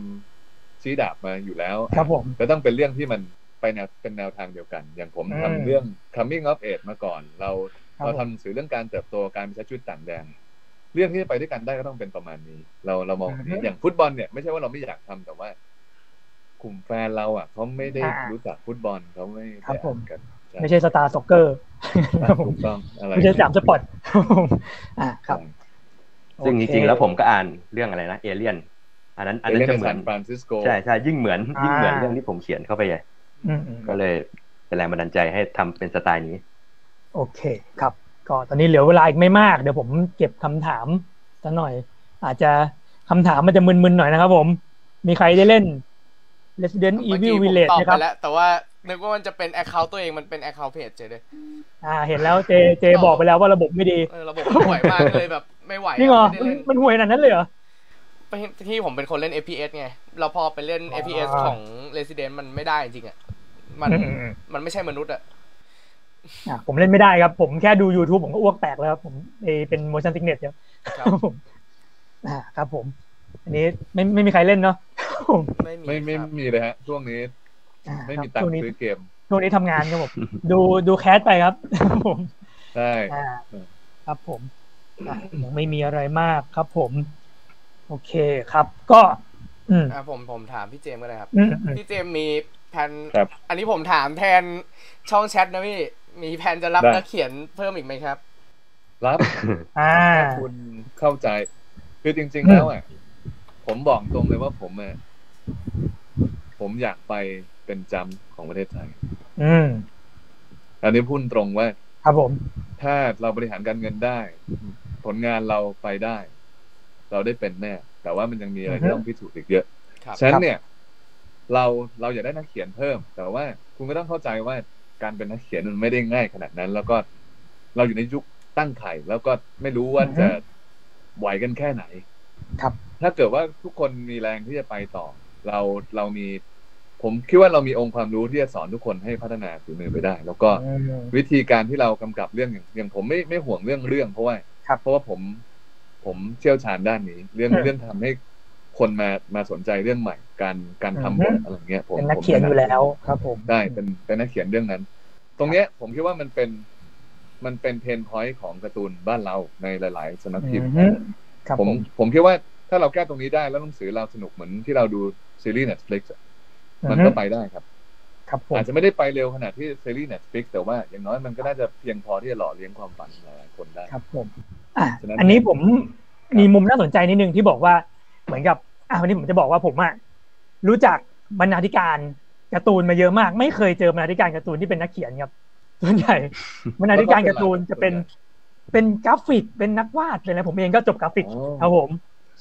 ชี้ดาบมาอยู่แล้ว ครับผม ก็ต้องเป็นเรื่องที่มันไปแนวเป็นแนวทางเดียวกัน อย่างผม อืม ทำเรื่อง coming of age มาก่อน เรา ครับ เรา ผม ทำหนังสือเรื่องการเติบโตการใช้ชีวิตต่างแดนเรื่องที่ไปด้วยกันได้ก็ต้องเป็นประมาณนี้ เราเรามองอย่างนี้อย่างฟุตบอลเนี่ยไม่ใช่ว่าเราไม่อยากทำแต่ว่า กลุ่มแฟนเราอ่ะเขาไม่ได้ อ่ารู้ รู้จักฟุตบอลเขาไม่ได้ ครับผม อ่านกัน ไม่ใช่สตาร์ส c อกเกอร์ครับผม ถูกต้องอะไร ไม่ใช่สามสปอร์ตครับผมอ่าครับ ซึ่งจ โอเค ริงๆแล้วผมก็อ่านเรื่องอะไรนะเอเลียนอันนั้นอัน เอ นั้น เลียน จะ ใน เหมื ซา อน นฟรานซิสโก ใช่ใช่ยิ่งเหมือนยิ่งเหมือนเรื่องที่ผมเขียนเข้าไปใหญ่ อืมอืม ก็เลยเป็นแรงบันดาลใจให้ทำเป็นสไตล์นี้ โอเคครับ ก็ตอนนี้เหลือเวลาอีกไม่มาก เดี๋ยวผมเก็บคำถามสักหน่อย อาจจะคำถามมันจะมึนๆหน่อยนะครับผม มีใครได้เล่น Resident เมื่อกี้ Evil ผม Village ตอบ นะค ไป รับ แล้ว แต่ว่านึกว่ามันจะเป็นแอคเคาท์ตัวเองมันเป็นแอคเคาท์เพจเฉยเลย อ่า เห็นแล้วเจเจ อ๋อ บอกไปแล้วว่าระบบไม่ดี เออระบบมันห่วยมากเลยแบบไม่ไหวอะ จริงเหรอ ไม่ มันได้เล่น มันห่วยขนาดนั้นเลยเหรอ ไปที่ผมเป็นคนเล่น FPS ไง เราพอไปเล่น อ๋อ FPS ของ Resident มันไม่ได้จริงๆอ่ะมัน อืมอืมอืม มันไม่ใช่มนุษย์อ่ะ อ่ะผมเล่นไม่ได้ครับ ผมแค่ดู YouTube ผมก็อ้วกแตกแล้วครับ ผมเอเป็น motion sickness ครับ ครับ ครับผมอ่าครับผม อันนี้ไม่ไม่มีใครเล่นเนาะครับผม ไม่มี ไม่ไม่ ครับ มีเลยฮะ ช่วงนี้ อ่า ไม่มี ค ตั รับ ง ช่วง ค์ นี้ ซื้อเกม ช่วงนี้ทำงานครับผม ดูดูแคสไปครับ ครับผม ใช่ อ่า เออ ครับผมอ่ะยังไม่มีอะไรมากครับผม โอเคครับ ก็ อืม อ่ะผมผมถามพี่เจมส์ก็ได้ครับ อืมอืม พี่เจมส์มีแผน ครับ อันนี้ผมถามแทนช่องแชทนะพี่ มีแผนจะรับ ได้ นักเขียนเพิ่มอีกไหมครับ รับ อ่า ถ้าคุณเข้าใจ คือจริง ๆ แล้วอ่ะ ผมบอกตรงเลยว่าผมอ่ะผมอยากไปเป็นจำของประเทศไทย อืม อันนี้พูดตรงว่า ครับผม ถ้าเราบริหารการเงินได้ ผลงานเราไปได้ เราได้เป็นแน่ แต่ว่ามันยังมีอะไร อือฮึ ที่ต้องพิสูจน์อีกเยอะ ครับ ฉะนั้นเนี่ย เราเราอยากได้นักเขียนเพิ่ม แต่ว่าคุณก็ต้องเข้าใจว่าการเป็นนักเขียนมันไม่ได้ง่ายขนาดนั้น แล้วก็เราอยู่ในยุคตั้งไข่แล้วก็ไม่รู้ว่าจะไหวกันแค่ไหน ครับ ถ้าเกิดว่าทุกคนมีแรงที่จะไปต่อ เราเรามี ผมคิดว่าเรามีองค์ความรู้ที่จะสอนทุกคนให้พัฒนาฝีมือไปได้ แล้วก็ อืม วิธีการที่เรากำกับเรื่องอย่างอย่างผมไม่ไม่ห่วงเรื่องเรื่องเพราะว่า ครับ เพราะว่าผมผมเชี่ยวชาญด้านนี้ เรื่อง ครับ เรื่องทำให้คนมามาสนใจเรื่องใหม่ การการทำบ อือทฮึ อะไรเงี้ย ผม เป็นนักเขียน ผม อ ถด ยู่แล้วครับผม ได้เป็นเป็นนักเขียนเรื่องนั้น ตรงเนี้ยผมคิดว่ามันเป็นมันเป็นเพนพอยต์ของการ์ตูนบ้านเราในหลาย ๆสำนักพิมพ์ อืมครับ ผ ผมม ผมคิดว่าถ้าเราแก้ตรงนี้ได้แล้วหนังสือเราสนุกเหมือนที่เราดูซีรีส์ Netflix อะมันก็ อือฮึ ไปได้ครับ ครับผม อาจจะไม่ได้ไปเร็วขนาดที่ซีรีส์ Netflix แต่ว่าอย่างน้อยมันก็น่าจะเพียงพอที่จะหล่อเลี้ยงความฝันหลายๆคนได้ ครับผมอ่ะ ฉะนั้น อันนี้ผมมีมุมน่าสนใจนิดนึงที่บอกว่าเหมือนกับอ่ะวันนี้ผมจะบอกว่าผมอะรู้จักบรรณาธิการการ์ตูนมาเยอะมาก ไม่เคยเจอบรรณาธิการการ์ตูนที่เป็นนักเขียนครับส่วนใหญ่ บรรณาธิการการ์ตูนจะเป็นเป็นกราฟิกเป็นนักวาดเป็นอะไรผมเองก็จบกราฟิก อ๋อ ครับผม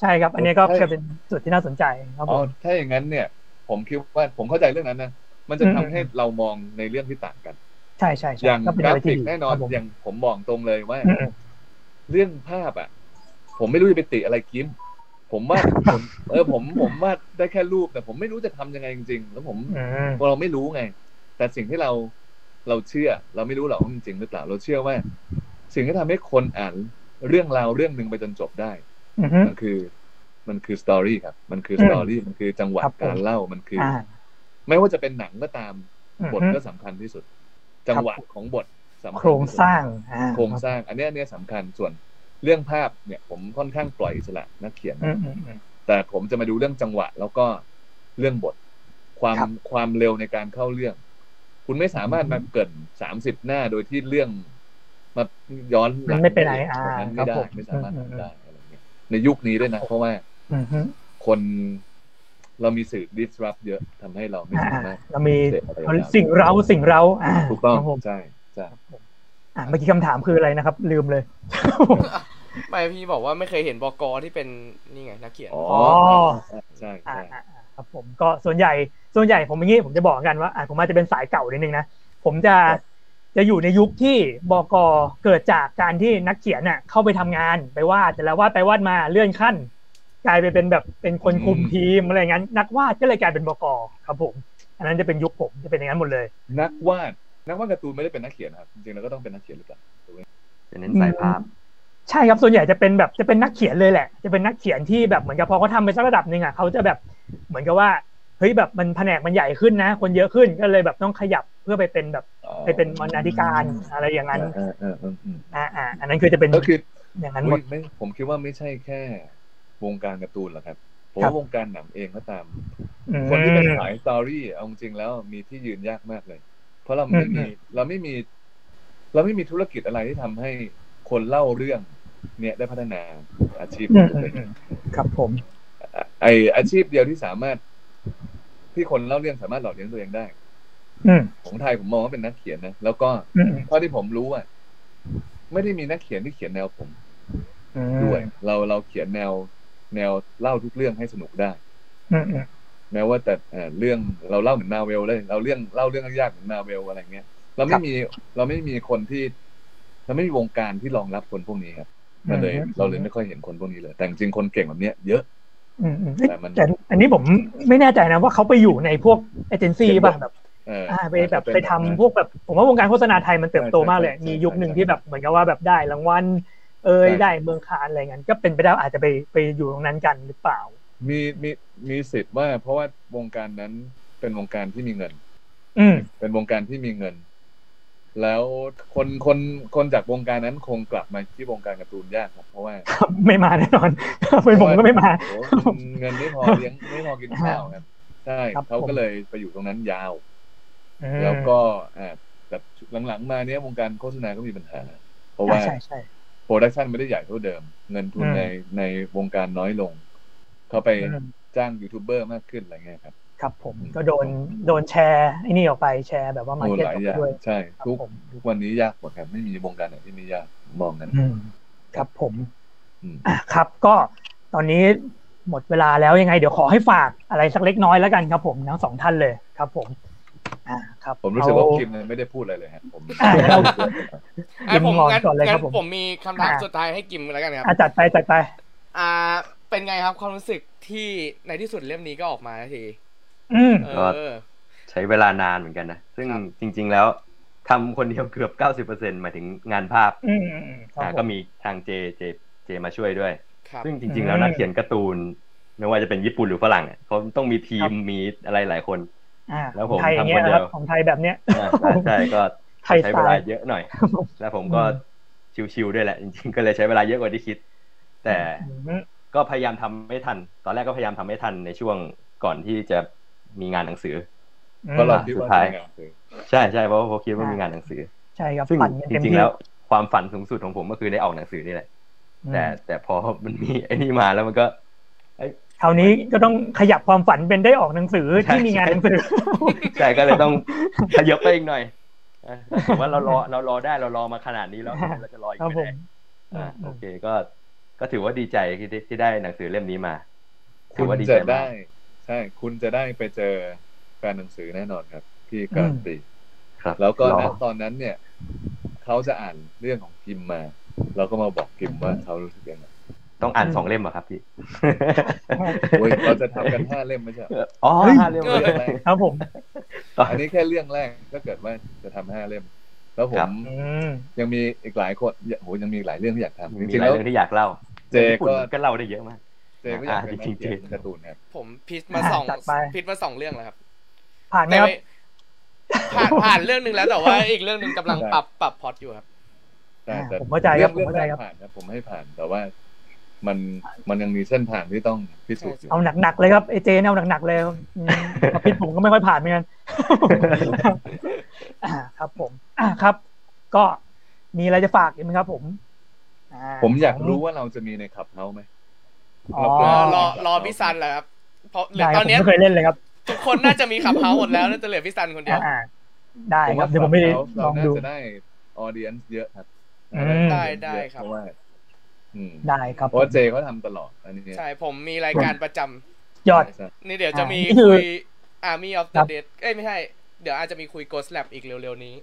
ใช่ครับ อันนี้ก็ ใช่ จะเป็นจุดที่น่าสนใจครับผ อ๋อ ม ถ้าอย่างนั้นเนี่ย ผมคิดว่าผมเข้าใจเรื่องนั้นนะมันจะ อืม ทำให้เรามองในเรื่องที่ต่างกัน ใช่ใช่ใช่ อย่าง ก็เป็น กรา อะไร ฟิ ที่ ก ดี แน่นอคนรับผม อย่างผมบอกตรงเลยว่า อืม เรื่องภาพอ่ะ ผมไม่รู้จะไปติอะไรกิมผมว่าผมเออผมผมว่าได้แค่รูปแต่ผมไม่รู้จะทำยังไงจริงๆแล้วผม อืม เพราะเราไม่รู้ไง แต่สิ่งที่เราเราเชื่อ เราไม่รู้หรอกว่ามันจริงหรือเปล่า เราเชื่อว่า สิ่งที่ทำให้คนอ่านเรื่องราวเรื่องหนึ่งไปจนจบได้ อือฮึ มันคือ มันคือสตอรี่ครับ มันคือ อื ส ม ตอรี่มันคือจังหวะ ครับผม การเล่ามันคืออ อ่า ไม่ว่าจะเป็นหนังก็ตาม อือฮึ บทก็สำคัญที่สุด จังหวะของบทสำคัญ โครงสร้างอ่า ที่สุดโครงสร้าง อันเนี้ยอันเนี้ยสำคัญส่วนเรื่องภาพเนี่ย ผมค่อนข้างปล่อยอิสระนักเขียนอืนะมอืมอืม แต่ผมจะมาดูเรื่องจังหวะ แล้วก็เรื่องบท ความ ครับ ความเร็วในการเข้าเรื่อง คุณไม่สามารถมาเกิดสามสิบหน้าโดยที่เรื่องมาย้อนหลั มั ง นไม่เป็นไรอ่า แบบนั้น ครั ไม่ บ ได้ ผม ไม่สามารถ อืม ทำได้อะไรเงี้ยในยุคนี้ด้วยนะ เพราะว่า อือฮึ คนเรามีสื่อ disrupt เยอะทำให้เราไม่สามารถ เรามี เสพอะไรอย่างนั้น สิ่งเร้าสิ่งเร้าอ่า ถูกต้อง ครับผม ใช่ใช่ อ่าเมื่อกี้คำถามคืออะไรนะครับ ลืมเลย ไม่พี่บอกว่าไม่เคยเห็นบกที่เป็นนี่ไงนักเขียน อ๋อ อ ใช่ อ่า ใช่ อ่าอ่าครับผมก็ส่วนใหญ่ ส่วนใหญ่ผมอย่างนี้ผมจะบอกกันว่าอ่าผมอาจจะเป็นสายเก่านิดนึงนะผมจะจะอยู่ในยุคที่บกเกิดจากการที่นักเขียนน่ะเข้าไปทำงานไปวาดแต่แล้ววาดไปวาดมาเลื่อนขั้น กลายไปเป็นแบบเป็นคนคุมทีมอะไรอย่างนั้น นักวาดก็เลยกลายเป็นบกครับผม อันนั้นจะเป็นยุคผมจะเป็นอย่างนั้นหมดเลย นักวาดนักวาดการ์ตูนไม่ได้เป็นนักเขียนนะครับจริงๆแล้วก็ต้องเป็นนักเขียนหรือเปล่า จะเน้นสายภาพ ใช่ครับส่วนใหญ่จะเป็นแบบจะเป็นนักเขียนเลยแหละ จะเป็นนักเขียนที่แบบเหมือนกับพอเขาทำไปสักระดับหนึ่งอ่ะเขาจะแบบเหมือนกับว่าเฮ้ยแบบมันแผนกมันใหญ่ขึ้นนะ คนเยอะขึ้นก็เลยแบบต้องขยับเพื่อไปเป็นแบบไปเป็นบรรณาธิการอะไรอย่างนั้น เออเออเออเออ อ่าอ่าอันนั้นคือจะเป็น ก็คือ อย่างนั้นหม อุ๊ ด ยไม่ผมคิดว่าไม่ใช่แค่วงการการ์ตูนหรอกครับผม ครับ ว่าวงการหนังเองก็ตาม อืม คนที่เป็นสายสตอรี่เอาจริงๆแล้วมีที่ยืนยากมากเลย เพราะเราไม่มี อืม เราไม่มี เราไม่มีธุรกิจอะไรที่ทำให้คนเล่าเรื่อง เนี่ยได้พัฒนาอาชีพ อื ของ ม ตั อื ว ม เอง อืมครับผม ไออาชีพเดียวที่สามารถ ที่คนเล่าเรื่องสามารถหล่อเลี้ยงตัวเองได้ อืม ของไทยผมมองว่าเป็นนักเขียนนะแล้วก็ อืมอืม เท่าที่ผมรู้อ่ะไม่ได้มีนักเขียนที่เขียนแนวผม อืม ด้วยเราเราเขียนแนวแนวเล่าทุกเรื่องให้สนุกได้ อืมอืม แม้ว่าแต่เอ่อเรื่องเราเล่าเหมือนมาเวลเลย เราเรื่องเล่าเรื่องยากๆเหมือนมาเวลอะไรเงี้ยเราไม่มีเราไม่มีคนที่ เราไม่มีวงการที่รองรับคนพวกนี้ครับมันเลยเราเลยไม่ค่อยเห็นคนพวกนี้เลย แต่จริงๆคนเก่งแบบเนี้ยเยอะ อืมอืมเอ๊ะ แต่มัน แต่อันนี้ผมไม่แน่ใจนะว่าเขาไปอยู่ในพวกเอเจนซี่ป่ะแบบ เออ อ่าไปแบบ อาจจะ ไป เน ทำพวกแบบผมว่าวงการโฆษณาไทยมันเติบโตมากเลย ใช่ใช่ มียุคหนึ่ง ใช่ ที่แบบเหมือนกับว่าแบบได้รางวัลเอ้ย ใช่ ได้เมืองคานอะไรเงี้ยก็เป็นไปได้ว่าอาจจะไปไปอยู่ตรงนั้นกันหรือเปล่า มีมีมีสิทธิ์ว่า เพราะว่าวงการนั้นเป็นวงการที่มีเงิน อืม เป็นวงการที่มีเงิน แล้วคนคนคนจากวงการนั้นคงกลับมาที่วงการการ์ตูนยากครับเพราะว่า ครับไม่มาแน่น อนเป็นผมก็ไม่มา โอ้โหเงินไม่พอเลี้ยงไม่พอกินข้าวครับใช่ ครับ เขา ผม ก็เลยไปอยู่ตรงนั้นยาว เออ แล้วก็อ่าแต่หลังๆมาเนี้ยวงการโฆษณาก็มีปัญหา เพราะว่า ใช่ใช่ โปรดักชันไม่ได้ใหญ่เท่าเดิม เงินทุน อืม ในในวงการน้อยลง เขาไป เออ จ้างยูทูบเบอร์มากขึ้นอะไรเงี้ยครับ ครับผมก็โดนโดนแชร์ไอ้นี่ออกไปแชร์แบบว่ามา โอ้ เก็ต หลาย ออก อ ไป ย่าง ด้วย ใช่ ครับ ทุก ผม ทุกวันนี้ยากกว่าครับไม่มีวงการไหนที่ไม่ยากมองกัน อืมครับผม อืม อ่ะครับ ก็ตอนนี้หมดเวลาแล้วยังไง เดี๋ยวขอให้ฝากอะไรสักเล็กน้อยแล้วกันครับผมทั้งสองท่านเลยครับ ผม อ่าครับ ผมรู้สึกว่า เอ คิมเนี่ยไม่ได้พูดอะไรเลยฮะผม อ่ะเอา ไอ้ผม เดี๋ยวผม งั้น ก่อนเลยคงั้รับ น ผม ผมมีคำถามสุดท้ายให้กิมแล้วกันครับ อ่ะจัดไปจัดไป อ่า เป็นไงครับความรู้สึกที่ในที่สุดเล่มนี้ก็ออกมาสักที อืม เออ ใช้เวลานานเหมือนกันนะ ซึ่ง ครับ จริง ๆ แล้วทำคนเดียวเกือบเก้าสิบเปอร์เซ็นหมายถึงงานภาพ อืมอืมอืมครับ อ่า ผ ก็ ม มีทางเจเจเจมาช่วยด้วย ครับ ซึ่งจริง ๆ แล้วนักเขียนการ์ตูน ไม่ว่าจะเป็นญี่ปุ่นหรือฝรั่งอะเขาต้องมีที ครั ม บ มีอะไรหลายคน อ่า แล้ว ข ผ อ ม งไทยอย่างเงี้ย ทำคนเดี นะ ยว ครับของไทยแบบเนี้ย อ่าใช่ใช่ก็ ไทย ใช้ สไต เวลา ล์ เยอะหน่อย ครับผม แล้วผมก็ อื ชิวๆด้วยแหละ จริงๆ ก็เลยใช้เวลาเยอะกว่าที่คิด แต่ อืม ก็พยายามทำไม่ทัน ตอนแรกก็พยายามทำไม่ทันในช่วงก่อนที่จะมีงานหนังสือ เพราะเราคิดว่า สุดท้าย ทำงานคือ ใช่ใช่เพราะว่าผมคิดว่า อ่ามี มีงานหนังสือ ใช่ครับ ซึ่ง ปั่นกัน จ เต็ม ริงๆ ที่ แล้วความฝันสูงสุดของผมก็คือได้ออกหนังสือนี่แหละ อืม แต่แต่พอมันมีไอ้นี่มาแล้วมันก็ คราวนี้ก็ต้องขยับความฝันเป็นได้ออกหนังสื อ ใช่ ที่ มีงานหนังสือ ใช่ก็เลยต้อง ขยับไปอีกหน่อยอ่ะแต่ว่าเรารอเรารอได้เรารอมาขนาดนี้แล้วเราจะรออีก ครับผไม่มได้อ่ะ อื โอ ม เคก็ก็ถือว่าดีใจที่ได้ที่ได้หนังสือเล่มนี้มาถื คุ อว่า ณ ดีใจ จะ มา ได้ ก ใช่ คุณจะได้ไปเจอแฟนหนังสือแน่นอนครับที่ อืม การันตี ครับ แล้วก็ รอ ณตอนนั้นเนี่ย เขาจะอ่านเรื่องของพิมมา เราก็มาบอกพิมว่าเขารู้สึกยังไง ต้องอ่าน อืม สองเล่มเหรอครับพี่ โอ้ยเราจะทำกันห้าเล่มไม่ใช่เหรอ อ๋อห้าเล่มเล เรื่อง ย แรก ครับผม อันนี้แค่เรื่องแรกถ้าเกิดว่าจะทำห้าเล่ม แล้วผ ครั ม บ อืม ยังมีอีกหลายคนโอ้โหยังมีอีกหลายเรื่องที่อยากทำจ มี ริง ห ๆ ลาย แล้ว เรื่องที่อยากเล่า เจ ญี่ปุ่น ก็ ก็เล่าได้เยอะมาก เจก็อยากเป็อ่านนั จริงกๆ เขียนการ์ตูนครับ ผมพิชมา อ่ะ สอง จัดไป พิชมาสองเรื่องแล้วครับ ผ่านไหม แต่ ครับ ไม่ผ่านผ่านเรื่องหนึ่งแล้วแต่ว่าอีกเรื่องหนึ่งกำลัง ได้ ปรับปรับพล็อตอยู่ครับ แต่ อ่า แต่ ผมเข้าใจครับ เอผมงเข้าใจครับ เรื่องแกผ่านนะผมให้ผ่านแต่ว่า มันมันยังมีเส้นทางที่ต้องพิสูจน์อยู่ เอาหนักๆเลยครับไอเจเนี่ยเอาหนักๆเลยอืมมาพิษผมก็ไม่ค่อยผ่านเหมือน กันอ่าครับผม อ่าครับ ก็มีอะไรจะฝากอีกไหมครับ ผมอ่ ผมอยากรู้ว่าเราจะมีในขับเฮาไหม อ๋อ เราก็ได้รอรอ ครับ รอพี่ซันแหละครับ เพราะเหลื ได้ อ ค ต รั อผมบ นเนี้ย ไม่เคยเล่นเลยครับ ทุกคนน่าจะมีขับเฮาส์หมดแล้วน่าจะเหลือพี่ซันคนเดียว อ่าได้ครับเดี๋ยวผมไป ขับ ล เฮา อง เรา ดู น่าจะได้ออเดียนเยอะครับ อืม ได้ได้ครับ เพราะว่าอืม ได้ครับ เพราะว่าเจเขาทำตลอดอันนี้ ใช่ผมมีรายการประจำ ยอด ใช่ นี่เดี๋ยวจะมี อ่านี่คือ คุย Army of ครั the บ Dead เอ้ยไม่ใช่เดี๋ยวอาจจะมีคุย Ghost Lab อีกเร็วๆนี้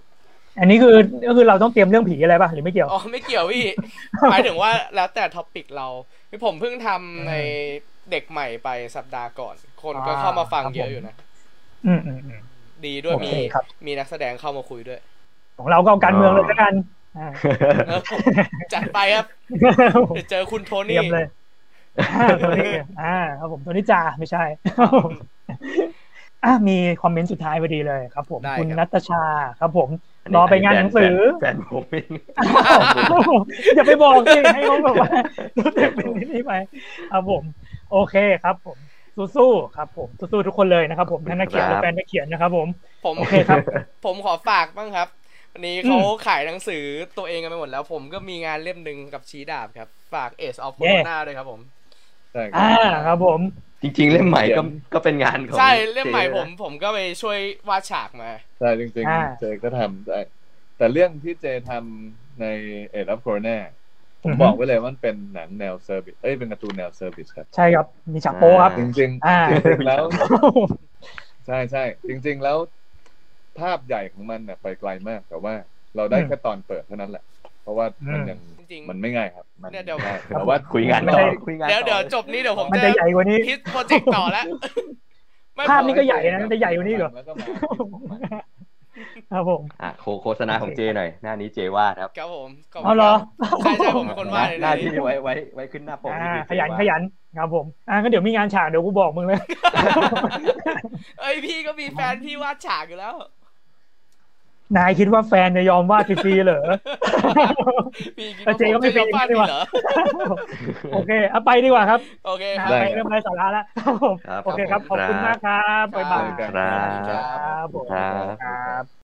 อันนี้คือก็คือเราต้องเตรียมเรื่องผีอะไรป่ะหรือไม่เกี่ยว อ๋อไม่เกี่ยวพี่ หมายถึงว่าแล้วแต่ท็อปิกเราพี่ผมเพิ่งทำในเด็กใหม่ไปสัปดาห์ก่อน คนก็ อ่า เข้ามาฟัง ครับ เยผอะม อยู่นะ อืมอืมอืม ดีด้วย โอ มี เคครับ มีนักแสดงเข้ามาคุย ด้วย ของเราก็เอาการเมืองเลยละกันอ่า เออผมจัดไปครับเดี๋ยวเจอคุณโท เตรี นี่ ยม เลยอ่าตัวนี้อ่าครับผมตัวนี้จ่าไม่ใช่ ครับ อ่ะมีคอมเมนต์สุดท้ายพอดีเลยครับผม ได้ครับ คุณนัตชาครับผม รอไปงานหนังสือ แฟน ผมเอง อย่าไปบอกสิให้เขาแบบว่า เป็นนี่ไปครับผม โอเคครับผม สู้ๆครับผมสู้ๆทุกคนเลยนะครับผมทั้งนักเขียนและแฟนนักเขียนนะครับผม ผม โอเค ครับ ผมขอฝากบ้างครับ วันนี้เขาขายหนังสือตัวเองกันไปหมดแล้ว ผมก็มีงานเล่มหนึ่งกับชี้ดาบครับ ฝาก Ace of Yeah Corona ด้วยครับผม ใช่ อ่าครับผม จริง ๆ เล่มใหม่ก็ก็เป็นงานของ ใช่เล่มใหม่ จนะ ผมผมก็ไปช่วยวาดฉากมา ใช่จริง อ่า ๆเจก็ทำได้แต่เรื่องที่เจทำในเอ็ดอัพโครนผมบอกไว้เลยว่ามันเป็นหนังแนวเซอร์วิสเอ้ยเป็นการ์ตูนแนวเซอร์วิสครับ ใช่ครับ มีฉากโป้ครับ จริงๆจริง อ่า ๆแล้ว ใช่ใช่จริง ๆ แล้ว ภาพใหญ่ของมันน่ะไปไกลมาก แต่ว่าเราได้ อืม แค่ตอนเปิดเท่านั้นแหละ เพราะว่ามัน อืม ยัง จริงๆ มันไม่ง่ายครับมั เนี่ยเดี๋ยว ง่าแต่ว่า คุยงานต่อคุยงาน เดี๋ยว ต่อ เดี๋ยวจบนี้เดี๋ยวผม มัน จะ จะใหญ่กว่านี้ คิดโปรเจกต์ต่อ แล้ว ไม่ ภาพ พอ นี้ก็ใหญ่นะแต่ใหญ่กว่านี้อีกเหรอ แล้วก็มาของมัน ครับผม อ่ะโฆโฆษณาของเจหน่อย หน้านี้เจวาดครับ ครับผมขบคุณ เอาเหรอ ใช่ใช่ผมเป็นคนวาดเลย หน้าที่ไว้ไว้ไว้ขึ้นหน้าปก อ่า คือ ขยัน เจวาด ขยันครับผม อ่าก็เดี๋ยวมีงานฉากเดี๋ยวกูบอกมึงเลย เอ้ยพี่ก็มีแฟนที่วาดฉากอยู่แล้ว นายคิดว่าแฟนจะยอมวาดฟรีๆเหรอ พี่คิด แต่ ว่า เจก็ ผม ไม่ จะเป็นยอมฟาด อย่างนี้ พี่ ว่ะ เหรอ โอเคเอาไปดีกว่าครับ โอเค นะ ครับ ได้ ไป ครับ เรื่องไร้สาระ แล้วครับผม ครับ โอเคครับขอบคุณมากครับบ๊ายบาย ครับ ครับ ครับผม ครับ ครับ